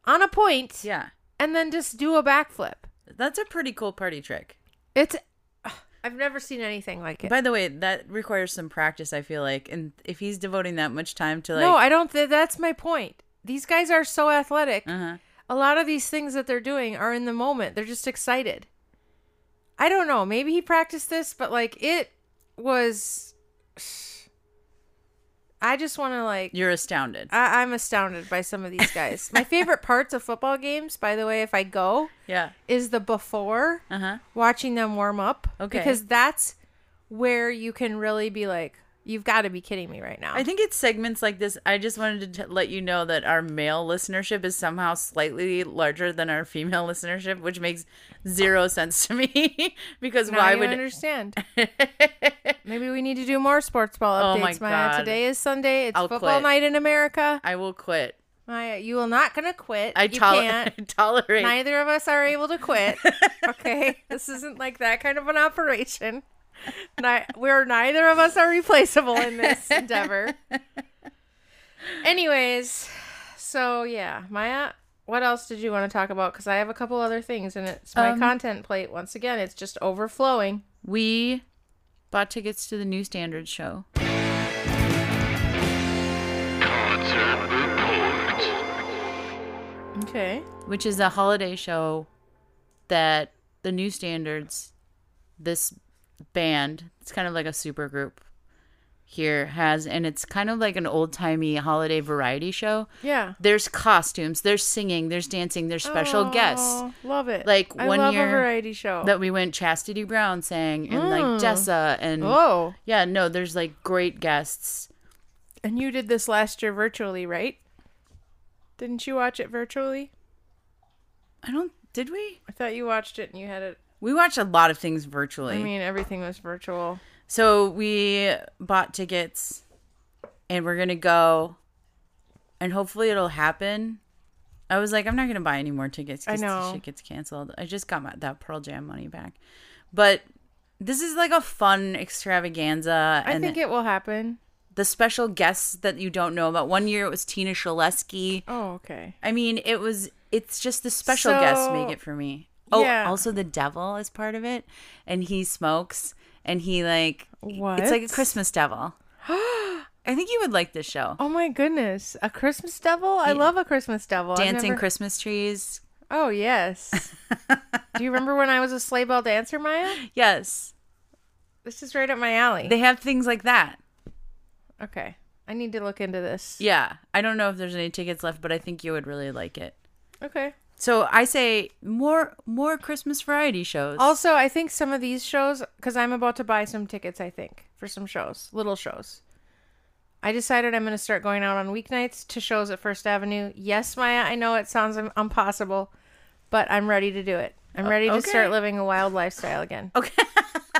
A: on a point
B: Yeah.
A: and then just do a backflip
B: That's a pretty cool party trick.
A: it's ugh, i've never seen anything like it
B: By the way, that requires some practice. I feel like, and if he's devoting that much time to like,
A: no i don't th- that's my point these guys are so athletic
B: uh-huh.
A: a lot of these things that they're doing are in the moment. They're just excited. I don't know. Maybe he practiced this, but like it was. I just want to like.
B: you're astounded.
A: I- I'm astounded by some of these guys. My favorite parts of football games, by the way, if I go,
B: Yeah.
A: is the before
B: Uh huh.
A: watching them warm up.
B: Okay.
A: Because that's where you can really be like, you've got to be kidding me right now.
B: I think it's segments like this. I just wanted to t- let you know that our male listenership is somehow slightly larger than our female listenership, which makes zero sense to me. because
A: now
B: why
A: you
B: would
A: understand? Maybe we need to do more sports ball updates,
B: Oh, my
A: Maya.
B: God.
A: Today is Sunday. It's
B: I'll
A: football
B: quit.
A: night in America.
B: I will quit?
A: Maya, you will not gonna quit.
B: I
A: you
B: tol-
A: can't.
B: tolerate.
A: Neither of us are able to quit. Okay, this isn't like that kind of an operation. Ni- we're neither of us are replaceable in this endeavor. Anyways, so yeah, Maya, what else did you want to talk about? Because I have a couple other things, and it's my
B: Um,
A: content plate once again. It's just overflowing.
B: We bought tickets to the new standards show.
A: Okay.
B: which is a holiday show that the new standards this band it's kind of like a super group here has and it's kind of like an old-timey holiday variety show
A: Yeah.
B: there's costumes there's singing there's dancing there's special guests
A: Oh, Love it.
B: Like,
A: I
B: one
A: love a
B: year
A: variety show.
B: that we went chastity brown sang and like
A: Mm.
B: dessa and
A: Whoa.
B: yeah no there's like great guests
A: And you did this last year virtually, right? Didn't you watch it virtually?
B: i don't did we
A: I thought you watched it and you had it.
B: we watched a lot of things virtually
A: I mean, everything was virtual.
B: So we bought tickets and we're going to go and hopefully it'll happen. I was like, I'm not going to buy any more tickets
A: I
B: because
A: know.
B: shit gets canceled. I just got my, that Pearl Jam money back. But this is like a fun extravaganza.
A: I
B: and
A: think it will happen.
B: the special guests that you don't know about. One year it was Tina Shaleski.
A: Oh, okay.
B: I mean, it was, it's just the special guests
A: So-
B: make it for me. Oh,
A: Yeah.
B: also the devil is part of it. And he smokes and he like
A: What?
B: it's like a Christmas devil. I think you would like this show.
A: Oh my goodness, a Christmas devil! I love a Christmas devil. I've
B: Dancing
A: never-
B: Christmas trees.
A: Oh yes. Do you remember when I was a sleigh bell dancer, Maya?
B: Yes.
A: This is right up my alley.
B: They have things like that.
A: okay, I need to look into this.
B: Yeah. I don't know if there's any tickets left, but I think you would really like it.
A: Okay.
B: So I say more more Christmas variety shows.
A: Also, I think some of these shows, because I'm about to buy some tickets, I think, for some shows, little shows. I decided I'm going to start going out on weeknights to shows at First Avenue. Yes, Maya, I know it sounds im- impossible, but I'm ready to do it. I'm ready to
B: okay.
A: start living a wild lifestyle again.
B: Okay.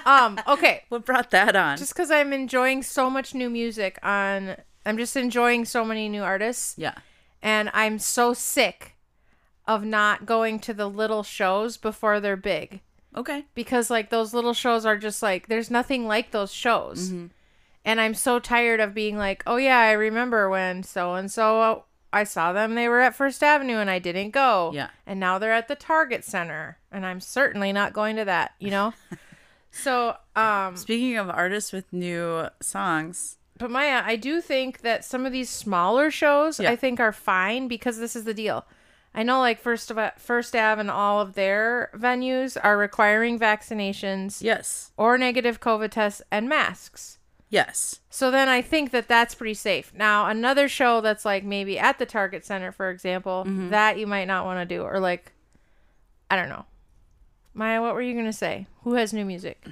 A: um, okay.
B: what brought that on?
A: Just because I'm enjoying so much new music on, I'm just enjoying so many new artists
B: yeah.
A: and I'm so sick of not going to the little shows before they're big
B: Okay. Mm-hmm.
A: because like those little shows are just like there's nothing like those shows And I'm so tired of being like, oh, yeah, I remember when so and so I saw them. They were at First Avenue and I didn't go.
B: Yeah.
A: And now they're at the Target Center. And I'm certainly not going to that, you know? so, um,
B: Speaking of artists with new songs,
A: but Maya, I do think that some of these smaller shows
B: Yeah.
A: I think are fine because this is the deal. I know, like First of First Ave and all of their venues are requiring vaccinations
B: yes,
A: or negative COVID tests and masks.
B: yes,
A: So then I think that that's pretty safe. Now, another show that's like maybe at the Target Center, for example, that you might not want to do, or like, I don't know. Maya, what were you going to say? Who has new music?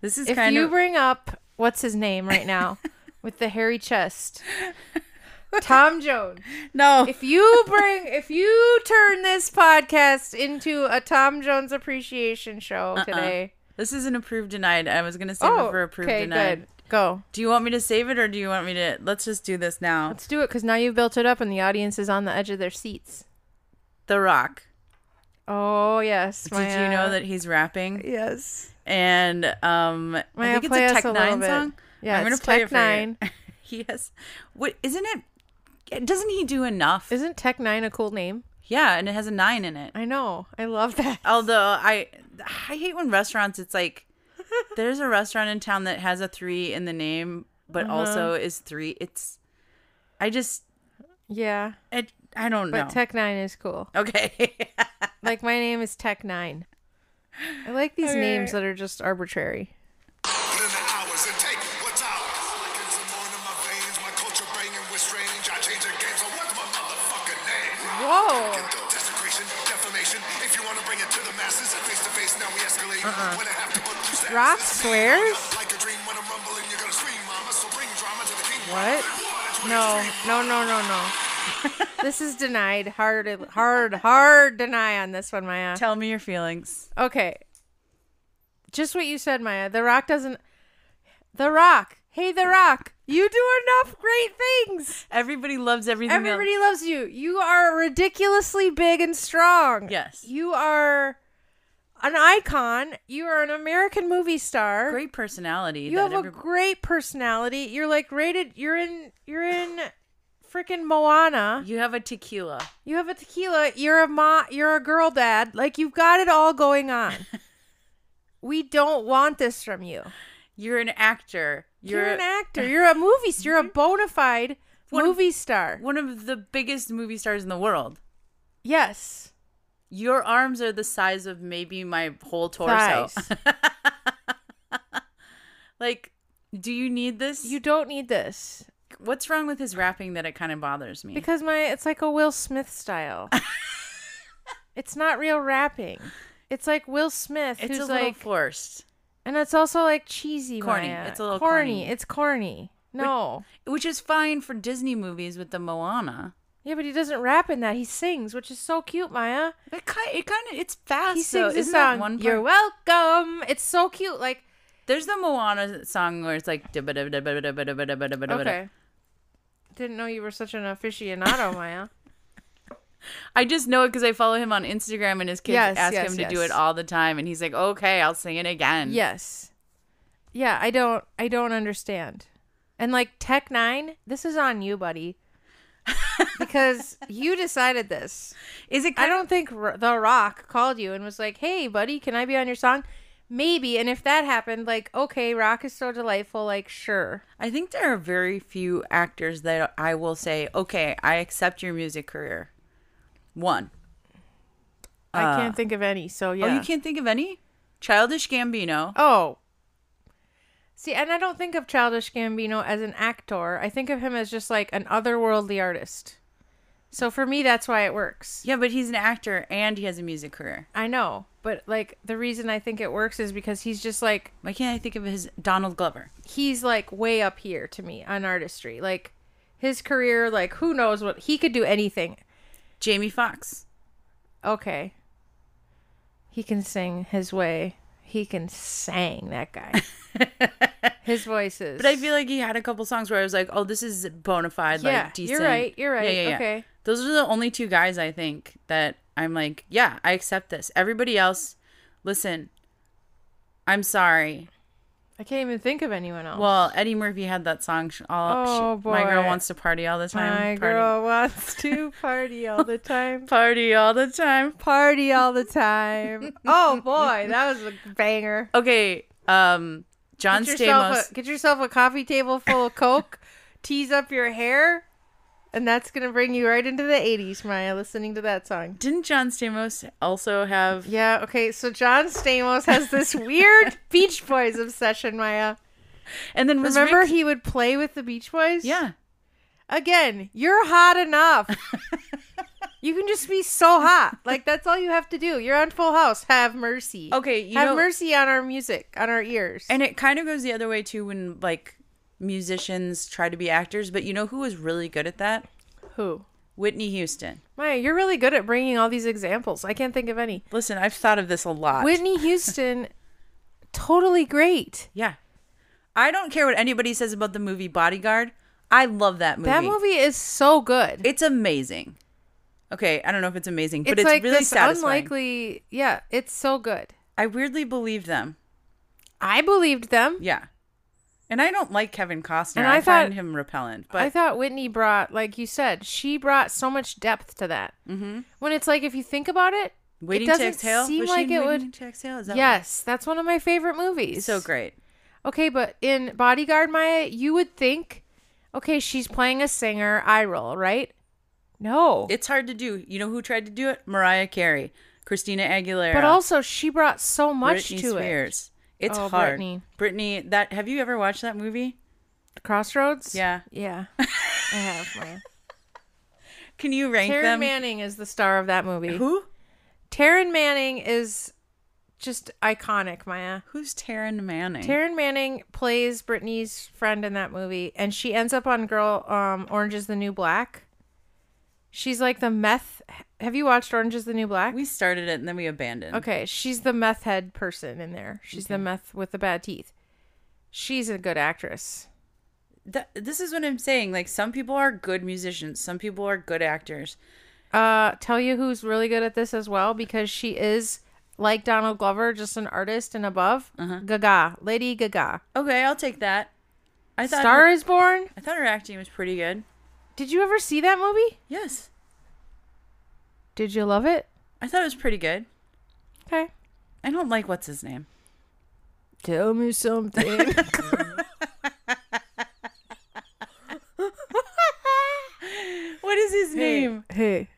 B: this is
A: if
B: kind
A: you
B: of
A: bring up what's his name right now with the hairy chest, Tom Jones.
B: no.
A: If you bring, if you turn this podcast into a Tom Jones appreciation show today,
B: this isn't approved denied. I was gonna save
A: Oh,
B: it for approved denied.
A: Go.
B: Do you want me to save it or do you want me to? Let's just do this now.
A: Let's do it because now you've built it up and the audience is on the edge of their seats.
B: the Rock.
A: Oh yes.
B: Did you
A: uh,
B: know that he's rapping?
A: Yes.
B: And um, I
A: Maya,
B: think it's
A: play
B: a
A: us
B: Tech
A: a little
B: Nine
A: bit.
B: song.
A: Yeah,
B: I'm gonna
A: it's
B: play
A: Tech
B: it for
A: Nine.
B: you. yes. What isn't it? Doesn't he do enough?
A: Isn't Tech Nine a cool name?
B: yeah, and it has a nine in it.
A: I know. I love that.
B: Although I I hate when restaurants it's like there's a restaurant in town that has a 3 in the name but
A: Uh-huh.
B: also is 3 it's I just
A: Yeah,
B: it I don't
A: but
B: know.
A: Tech Nine is cool.
B: okay.
A: Like my name is Tech Nine. I like these names that are just arbitrary.
D: Put in the hours and take what's ours. Like it's the morning, my veins, my culture banging with strange. I change the game, so what's my motherfucking name?
A: Whoa.
D: Desecration, defamation. If you want to bring it to the masses, face to face, now we escalate. When I have to put you stats.
A: Uh-uh. Rock
D: It's me,
A: swears?
D: I'm Like a dream when I'm rumbling, you're gonna scream, mama. So bring drama to the king.
A: What? No, no, no, no, no. this is denied. Hard, hard, hard deny on this one, Maya.
B: Tell me your feelings.
A: Okay. Just what you said, Maya. The Rock doesn't. The Rock. Hey, The Rock. You do enough great things.
B: Everybody loves everything. else.
A: Everybody loves you. You are ridiculously big and strong.
B: Yes.
A: You are an icon. You are an American movie star.
B: great personality.
A: You have
B: that
A: a
B: every-
A: great personality. You're like rated. You're in. You're in. Freaking Moana.
B: you have a tequila.
A: You have a tequila. You're a ma. You're a girl dad. Like you've got it all going on. we don't want this from you.
B: You're an actor.
A: You're,
B: You're, Mhm.
A: an actor. You're a movie. s- You're a bona fide
B: One-
A: movie star.
B: one of the biggest movie stars in the world.
A: Yes.
B: Your arms are the size of maybe my whole torso.
A: Thighs.
B: like, do you need this?
A: you don't need this
B: What's wrong with his rapping that it kind of bothers me?
A: because my it's like a Will Smith style. it's not real rapping. It's like Will Smith,
B: it's
A: who's
B: a little
A: like,
B: forced,
A: and it's also like cheesy,
B: Corny.
A: Maya.
B: It's a little corny.
A: It's corny. No,
B: which is fine for Disney movies with the Moana.
A: yeah, but he doesn't rap in that. He sings, which is so cute, Maya.
B: It kind, it kind of, it's fast.
A: He
B: so
A: sings a
B: isn't that
A: song.
B: One
A: You're
B: part-
A: welcome. It's so cute. Like
B: There's the Moana song where it's like.
A: okay. Didn't know you were such an aficionado, Maya.
B: I just know it because I follow him on Instagram, and his kids
A: Yes,
B: ask
A: yes,
B: him to do
A: yes.
B: it all the time, and he's like, "Okay, I'll sing it again."
A: Yes. Yeah, I don't I don't understand. And like Tech 9, this is on you, buddy. because you decided this.
B: Is it?
A: I
B: Kind
A: don't think R- The Rock called you and was like, "Hey, buddy, can I be on your song?" Maybe, and if that happened, like, okay, Rock is so delightful, like, sure.
B: I think there are very few actors that I will say, "Okay, I accept your music career." One.
A: I can't think of any, so yeah.
B: Oh, you can't think of any? Childish Gambino.
A: Oh. See, and I don't think of Childish Gambino as an actor. I think of him as just like an otherworldly artist. So for me, that's why it works.
B: Yeah, but he's an actor and he has a music career.
A: I know, but like the reason I think it works is because he's just like
B: Why can't I think of his Donald Glover?
A: he's like way up here to me on artistry. Like his career, like who knows what he could do anything.
B: Jamie Foxx.
A: Okay. He can sing his way. He can sang that guy. his voices.
B: But I feel like he had a couple songs where I was like, "Oh, this is bona fide,
A: Yeah,
B: like
A: you're
B: decent."
A: right, you're right, okay.
B: Those are the only two guys I think that I'm like, "Yeah, I accept this." Everybody else, listen. I'm sorry.
A: I can't even think of anyone else.
B: Well, Eddie Murphy had that song. sh- All,
A: Oh,
B: she, My girl
A: boy.
B: wants to party all the time.
A: my
B: party.
A: girl wants to party all the time.
B: Party all the time.
A: Party all the time. Oh boy, that was a banger.
B: Okay. Um, John
A: Get yourself,
B: Stamos.
A: a, get yourself a coffee table full of Coke, tease up your hair, and that's going to bring you right into the 80s, Maya, listening to that song.
B: Didn't John Stamos also have?
A: Yeah, okay, so John Stamos has this weird Beach Boys obsession, Maya.
B: And then was
A: Remember
B: Rick-
A: he would play with the Beach Boys?
B: Yeah.
A: Again, you're hot enough. you can just be so hot. Like, that's all you have to do. You're on Full House. Have mercy.
B: Okay. You
A: have
B: know,
A: mercy on our music, on our ears.
B: And it kind of goes the other way too when like musicians try to be actors, but you know who was really good at that?
A: who?
B: Whitney Houston.
A: Maya, you're really good at bringing all these examples. I can't think of any.
B: Listen, I've thought of this a lot.
A: Whitney Houston, totally great.
B: yeah. I don't care what anybody says about the movie Bodyguard. I love that movie.
A: That movie is so good.
B: It's amazing. Okay, I don't know if it's amazing, but
A: it's
B: it's
A: like
B: really
A: this
B: satisfying.
A: unlikely. Yeah, it's so good.
B: I weirdly believed them.
A: I believed them.
B: Yeah. And I don't like Kevin Costner.
A: And
B: I,
A: I thought-
B: find him repellent. But
A: I thought Whitney brought, like you said, she brought so much depth to that. Mm-hmm. When it's like, if you think about it,
B: waiting
A: it doesn't
B: to exhale.
A: seem
B: Was she
A: like
B: in
A: it
B: waiting
A: would.
B: to exhale? Is that
A: Yes, that's one of my favorite
B: what-
A: movies.
B: so great.
A: Okay, but in Bodyguard Maya, you would think, okay, she's playing a singer, I roll, right? No.
B: It's hard to do. You know who tried to do it? Mariah Carey, Christina Aguilera,
A: but also, she brought so much
B: Britney
A: to
B: Spears. It's
A: Oh,
B: hard.
A: Britney.
B: Brittany, that have you ever watched that movie?
A: it. Crossroads?
B: Yeah.
A: Yeah. I have. Maya.
B: Can you rank
A: Taryn
B: them?
A: Manning is the star of that movie.
B: Who?
A: Taryn Manning is just iconic, Maya.
B: Who's Taryn Manning?
A: Taryn Manning plays Brittany's friend in that movie, and she ends up on Girl um, Orange is the New Black. She's like the meth. Have you watched Orange is the New Black?
B: we started it and then we abandoned.
A: Okay, she's the meth head person in there. She's the meth with the bad teeth. She's a good actress.
B: Th- this is what I'm saying. Like some people are good musicians, some people are good actors.
A: Uh, tell you who's really good at this as well because she is like Donald Glover, just an artist and above. Gaga, Lady Gaga.
B: Okay, I'll take that. I thought
A: Star
B: her,
A: is Born.
B: I thought her acting was pretty good.
A: Did you ever see that movie?
B: Yes,
A: Did you love it?
B: I thought it was pretty good.
A: Okay.
B: I don't like what's his name.
A: Tell me something.
B: What is his name?
A: hey,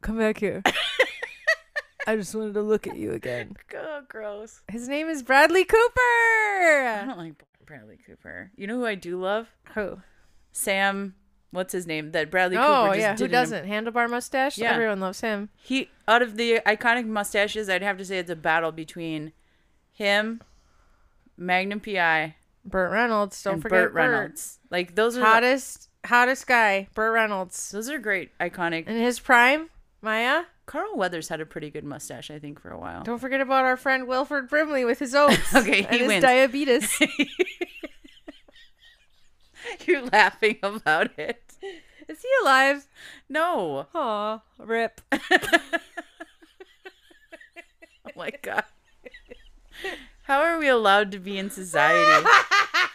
A: come back here. I just wanted to look at you again.
B: Oh, gross.
A: His name is Bradley
B: I
A: Cooper.
B: don't like Bradley Cooper. You know who I do love?
A: Who?
B: Sam. What's his name? That Bradley Cooper.
A: Oh
B: just
A: yeah,
B: did
A: who
B: an-
A: doesn't? Handlebar mustache.
B: Yeah.
A: Everyone loves him.
B: He out of the iconic mustaches, I'd have to say it's a battle between him, Magnum PI,
A: Burt Reynolds. Don't
B: and
A: forget
B: Burt Reynolds. Like those are
A: Hottest, hottest guy. Burt Reynolds.
B: those are great iconic.
A: In his prime, Maya.
B: Carl Weathers had a pretty good mustache, I think, for a while.
A: Don't forget about our friend Wilford Brimley with his oats.
B: Okay, he
A: and his
B: wins.
A: diabetes.
B: You're laughing about it.
A: Is he alive?
B: No.
A: Aw, rip.
B: Oh my god. How are we allowed to be in society?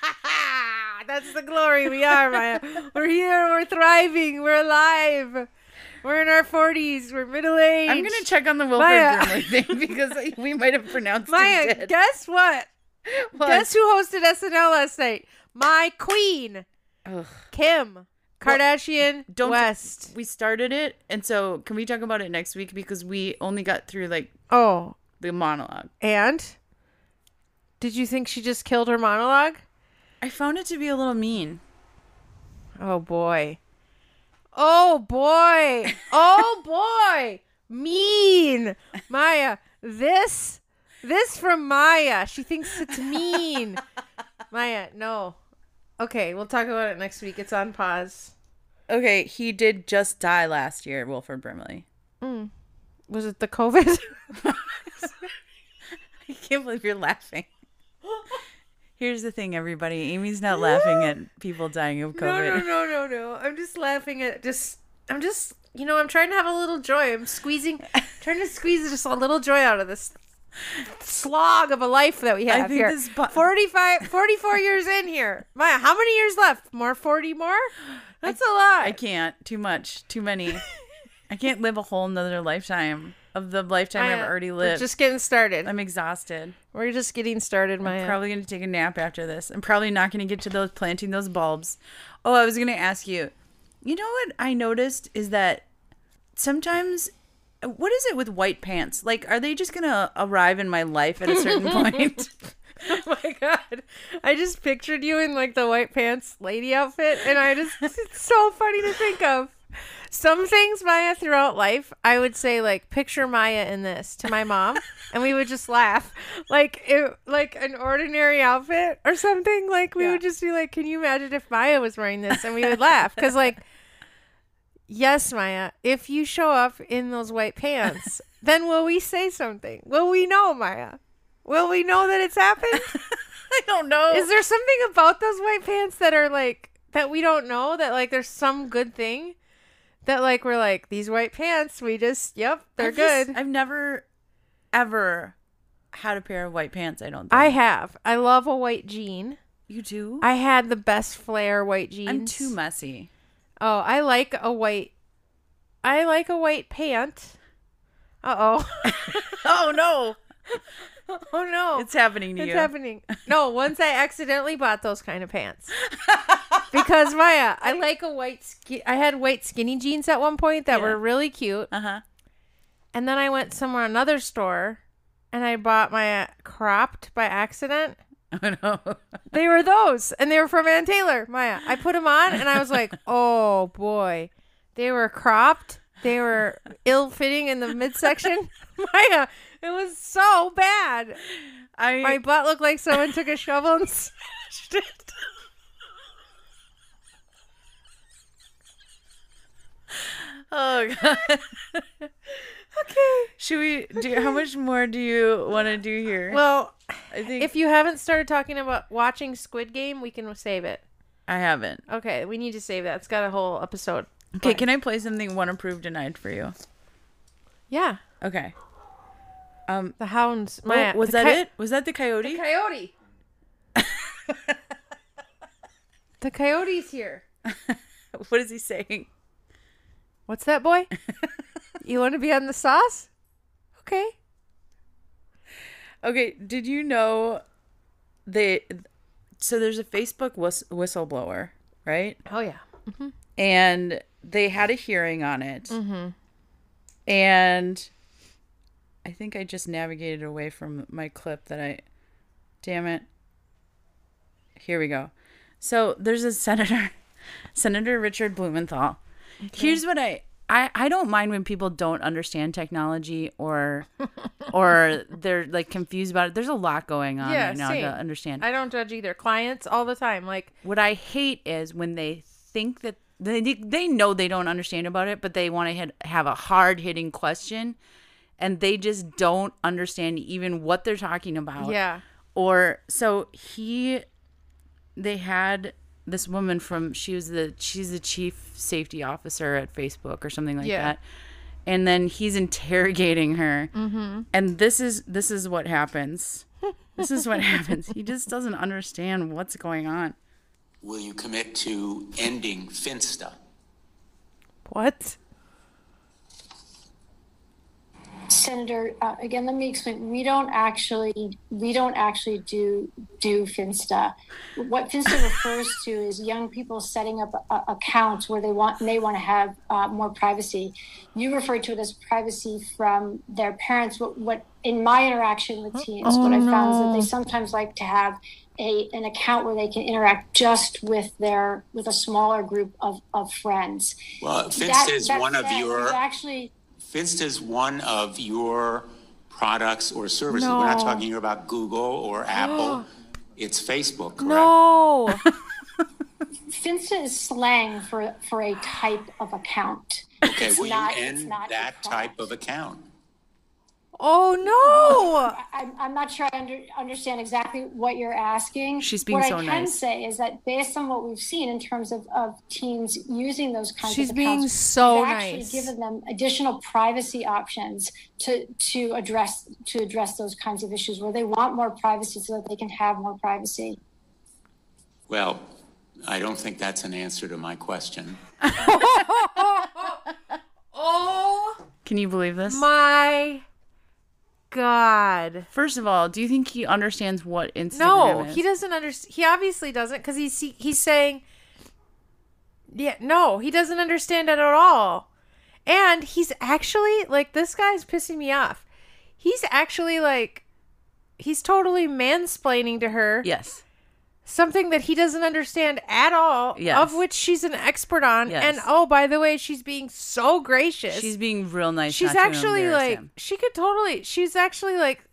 A: That's the glory we are, Maya. We're here. We're thriving. We're alive. We're in our forties. We're middle aged.
B: I'm gonna check on the Wilford
A: Maya.
B: Brimley thing because we might have pronounced it.
A: Maya,
B: dead.
A: guess what?
B: What?
A: Guess who hosted SNL last night? My queen,
B: Ugh.
A: Kim Kardashian
B: don't-
A: West.
B: we started it, and so can we talk about it next week because we only got through like
A: oh,
B: the monologue.
A: and did you think she just killed her monologue?
B: I found it to be a little mean.
A: Oh boy. Oh boy. Oh boy. Mean. Maya, this this from Maya. She thinks it's mean. Maya, no. Okay, we'll talk about it next week. It's on pause.
B: Okay, he did just die last year, Wilford Brimley.
A: Was it the COVID?
B: I can't believe you're laughing. Here's the thing, everybody. Amy's not laughing at people dying of
A: no, no,
B: COVID.
A: no, no, no. I'm just laughing at just I'm just you know, I'm trying to have a little joy. I'm squeezing trying to squeeze just a little joy out of this slog of a life that we have
B: think
A: here.
B: this po-
A: 45, 44 years in here. Maya, how many years left? More 40 more? That's a lot.
B: I can't. Too much. Too many. I can't live a whole nother lifetime of the lifetime I, uh, have already
A: We're
B: lived.
A: just getting started.
B: I'm exhausted.
A: We're just getting started, Maya.
B: Probably going to take a nap after this. I'm probably not going to get to those planting those bulbs. Oh, I was going to ask you. You know what I noticed is that sometimes what is it with white pants? Like are they just going to arrive in my life at a certain point?
A: oh my god. I just pictured you in like the white pants lady outfit and I just it's so funny to think of. Some things Maya throughout life, I would say like picture Maya in this to my mom and we would just laugh. Like it like an ordinary outfit or something like we
B: Yeah.
A: would just be like can you imagine if Maya was wearing this and we would laugh cuz like Yes, Maya. If you show up in those white pants, then will we say something? Will we know, Maya? Will we know that it's happened?
B: I don't know.
A: Is there something about those white pants that are like that we don't know that like there's some good thing that like we're like these white pants we just yep they're
B: I've
A: good.
B: just- I've never ever had a pair of white pants, I don't think.
A: I have. I love a white jean.
B: you do?
A: I had the best flare white jeans.
B: I'm too messy.
A: Oh, I like a white. I like a white pant. Uh oh.
B: Oh no.
A: oh no.
B: It's happening to
A: it's
B: you.
A: happening. No, once I accidentally bought those kind of pants. because Maya, I like a white ski I had white skinny jeans at one point that
B: Yeah.
A: were really cute.
B: Uh-huh.
A: And then I went somewhere another store and I bought my uh, cropped by accident.
B: Oh no.
A: They were those and they were from Ann Taylor, Maya. I put them on and I was like, "Oh boy. They were cropped. They were ill-fitting in the midsection." Maya, it was so bad.
B: I
A: My butt looked like someone took a shovel and smashed it.
B: Oh god.
A: Okay.
B: Should we do how much more do you want to do here?
A: Well,
B: I think
A: if you haven't started talking about watching Squid Game, we can save it.
B: I haven't.
A: Okay, we need to save that. It's got a whole episode.
B: Okay, can I play something one approved denied for you?
A: Yeah,
B: Okay. Um
A: the hounds. Maya,
B: oh, was
A: the
B: that
A: coy-
B: it? Was that the coyote?
A: The coyote. the coyote's here.
B: what is he saying?
A: What's that, boy? you want to be on the sauce? Okay.
B: Okay, did you know they so there's a Facebook whis- whistleblower, right?
A: Oh yeah.
B: And they had a hearing on it. Mm-hmm. And I think I just navigated away from my clip that I damn it. Here we go. So there's a senator, Senator Richard Blumenthal. Here's what I, I I don't mind when people don't understand technology or or they're like confused about it. There's a lot going on
A: Yeah,
B: right now
A: same.
B: to understand.
A: I don't judge either. Clients all the time, like
B: what I hate is when they think that they they know they don't understand about it, but they want to hit, have a hard hitting question, and they just don't understand even what they're talking about
A: yeah.
B: or so he they had this woman from she was the she's the chief safety officer at facebook or something like
A: Yeah.
B: that and then he's interrogating her mm-hmm. and this is this is what happens this is what happens he just doesn't understand what's going on
E: Will you commit to ending Finsta?
A: What?
F: Senator, uh, again, let me explain. We don't actually, we don't actually do do Finsta. What Finsta refers to is young people setting up uh, accounts where they want may want to have uh, more privacy. You refer to it as privacy from their parents. What, what in my interaction with teens, what I found is that they sometimes like to have a an account where they can interact just with their with a smaller group of of friends.
E: Well,
F: That-
E: Finsta is
F: that
E: one of
F: said, we've
E: your
F: actually.
E: Finsta is one of your products or services. We're not
A: No.
E: talking here about Google or Apple. it's Facebook, correct?
A: No.
F: Finsta is slang for for a type of account.
E: okay, will
F: not-
E: you
F: it's
E: end
F: not a
E: that
F: product.
E: type of account?
A: Oh no!
F: I'm, I'm not sure I under, understand exactly what you're asking.
B: She's being
F: what
B: so
F: I can
B: nice.
F: say is that based on what we've seen in terms of, of teens using those kinds
A: She's
F: of
A: being
F: accounts,
A: so
F: we've actually
A: nice.
F: given them additional privacy options to to address to address those kinds of issues where they want more privacy so that they can have more privacy.
E: Well, I don't think that's an answer to my question.
A: Oh
B: Can you believe this?
A: my god!
B: First of all, do you think he understands what Instagram
A: No,
B: is?
A: he doesn't understand. He obviously doesn't because he's he- he's saying, yeah, no, he doesn't understand it at all. And he's actually like this guy's pissing me off. He's actually like, he's totally mansplaining to her
B: Yes.
A: something that he doesn't understand at all,
B: Yes.
A: of which she's an expert on.
B: Yes.
A: And oh, by the way, she's being so gracious.
B: She's being real nice.
A: she's
B: not to
A: actually
B: embarrass
A: like
B: him.
A: she could totally she's actually like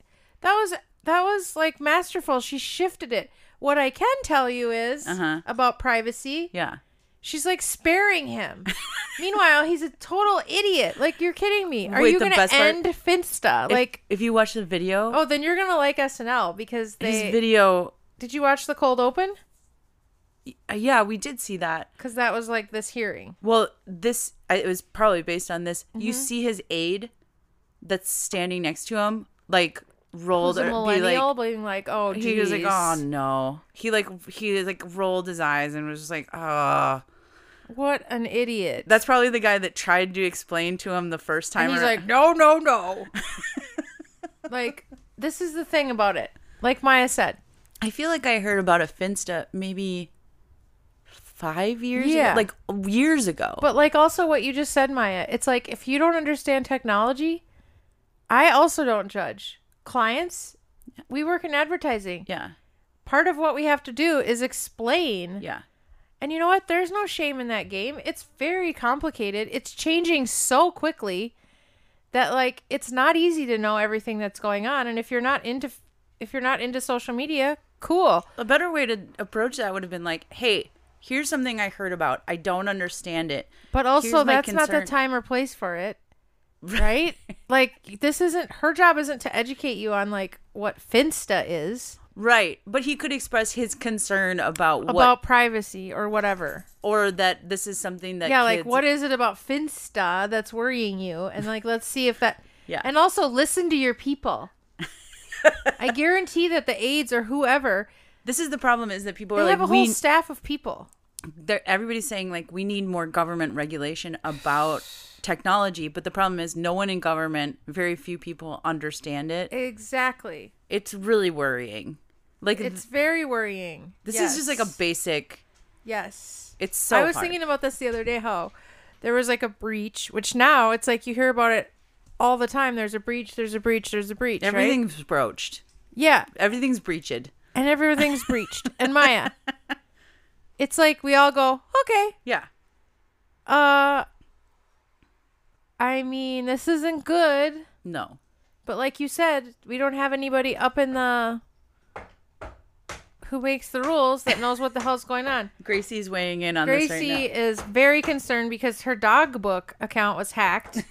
A: that was that was like masterful she shifted it what i can tell you is
B: Uh-huh.
A: about privacy
B: Yeah.
A: she's like sparing him meanwhile he's a total idiot like you're kidding me are
B: Wait,
A: you
B: the
A: gonna
B: best part-
A: end finsta
B: If-
A: like
B: if you watch the video,
A: oh then you're gonna like snl because
B: his
A: they
B: video
A: did you watch the cold open
B: uh, yeah, we did see that.
A: because that was like this hearing
B: Well, this I, it was probably based on this.
A: Mm-hmm.
B: You see his aide that's standing next to him, like rolled
A: Who's a
B: or be
A: millennial
B: like.
A: being like oh geez.
B: He was like, "Oh no!" He like he like rolled his eyes and was just like, "Oh."
A: what an idiot
B: That's probably the guy that tried to explain to him the first time.
A: And he's
B: ar-
A: like, no, no, no. like, this is the thing about it. Like Maya said,
B: I feel like I heard about a Finsta maybe five years
A: Yeah.
B: ago. Like years ago.
A: but like also what you just said, Maya, it's like if you don't understand technology, I also don't judge. Clients, we work in advertising.
B: yeah.
A: Part of what we have to do is explain.
B: Yeah.
A: And you know what? There's no shame in that game. It's very complicated. It's changing so quickly that like it's not easy to know everything that's going on. And if you're not into if you're not into social media, cool.
B: A better way to approach that would have been like, hey, here's something I heard about. I don't understand it.
A: But also,
B: Here's my
A: that's not the
B: concern.
A: time or place for it, right? like, this isn't her job. Isn't to educate you on like what Finsta is
B: Right. But he could express his concern about, what
A: about privacy or whatever.
B: or that this is something that
A: yeah, like
B: kids-
A: what is it about Finsta that's worrying you? And like, let's see if that.
B: Yeah.
A: And also, listen to your people. I guarantee that the aides or whoever
B: this is the problem is that people
A: they
B: are like
A: have a whole
B: we
A: staff of people.
B: they're- everybody's saying like we need more government regulation about technology, but the problem is no one in government, very few people understand it.
A: Exactly.
B: it's really worrying. Like
A: It's
B: th-
A: very worrying.
B: this is just like a
A: Yes.
B: basic.
A: yes.
B: It's so.
A: I was
B: hard.
A: thinking about this the other day how there was like a breach, which now it's like you hear about it all the time. There's a breach, there's a breach, there's a breach. right?
B: everything's broached.
A: Yeah.
B: Everything's breached.
A: And everything's breached. And Maya. It's like we all go, Okay.
B: Yeah.
A: Uh I mean, this isn't good.
B: No.
A: But like you said, we don't have anybody up in the who makes the rules that knows what the hell's going on.
B: Gracie's weighing in on
A: Gracie
B: this right
A: is very concerned because her dog book account was hacked.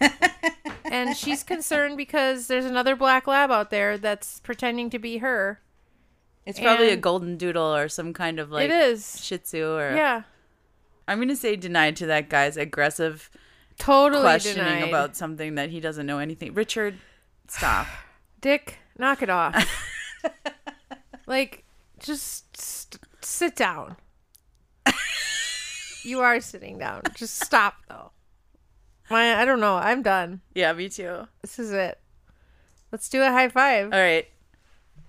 A: and she's concerned because there's another black lab out there that's pretending to be her.
B: now. It's probably a
A: and-
B: golden doodle or some kind of like
A: it is.
B: Shih Tzu or
A: Yeah.
B: I'm gonna say denied to that guy's aggressive
A: Totally
B: questioning
A: denied.
B: about something that he doesn't know anything. Richard, stop.
A: Dick, knock it off. like just st- sit down. you are sitting down. Just stop though. My I don't know. I'm done.
B: yeah, me too.
A: This is it. Let's do a high five.
B: All right.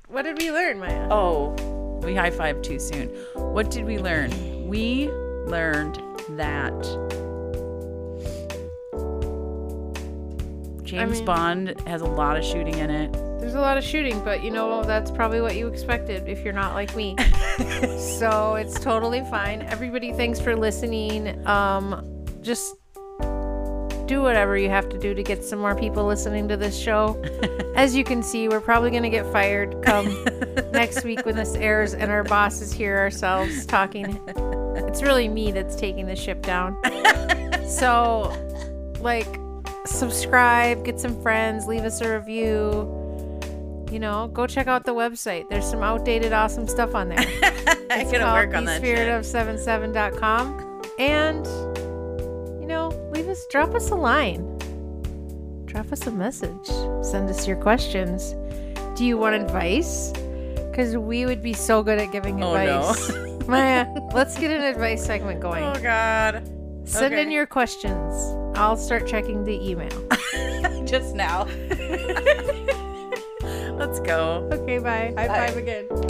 A: What did we learn, Maya?
B: Oh, we high fived too soon. What did we learn? We learned that James
A: mean-
B: Bond has a lot of shooting in it.
A: There's a lot of shooting, but you know that's probably what you expected if you're not like me. so it's totally fine. Everybody, thanks for listening. Um, just do whatever you have to do to get some more people listening to this show. As you can see, we're probably gonna get fired come next week when this airs, and our bosses hear ourselves talking. It's really me that's taking the ship down. So, like, subscribe, get some friends, leave us a review. You know, go check out the website. There's some outdated, awesome stuff on there.
B: I
A: It's
B: gotta
A: called
B: work on that. Shit.
A: thespiritOf77.com. And, you know, leave us, drop us a line. Drop us a message. Send us your questions. Do you want advice? Because we would be so good at giving
B: Oh, no.
A: advice. Maya, let's get an advice segment going.
B: Oh God!
A: Send in
B: okay.
A: your questions. I'll start checking the email.
B: Just now. Let's go.
A: Okay, bye. High
B: Bye.
A: five again.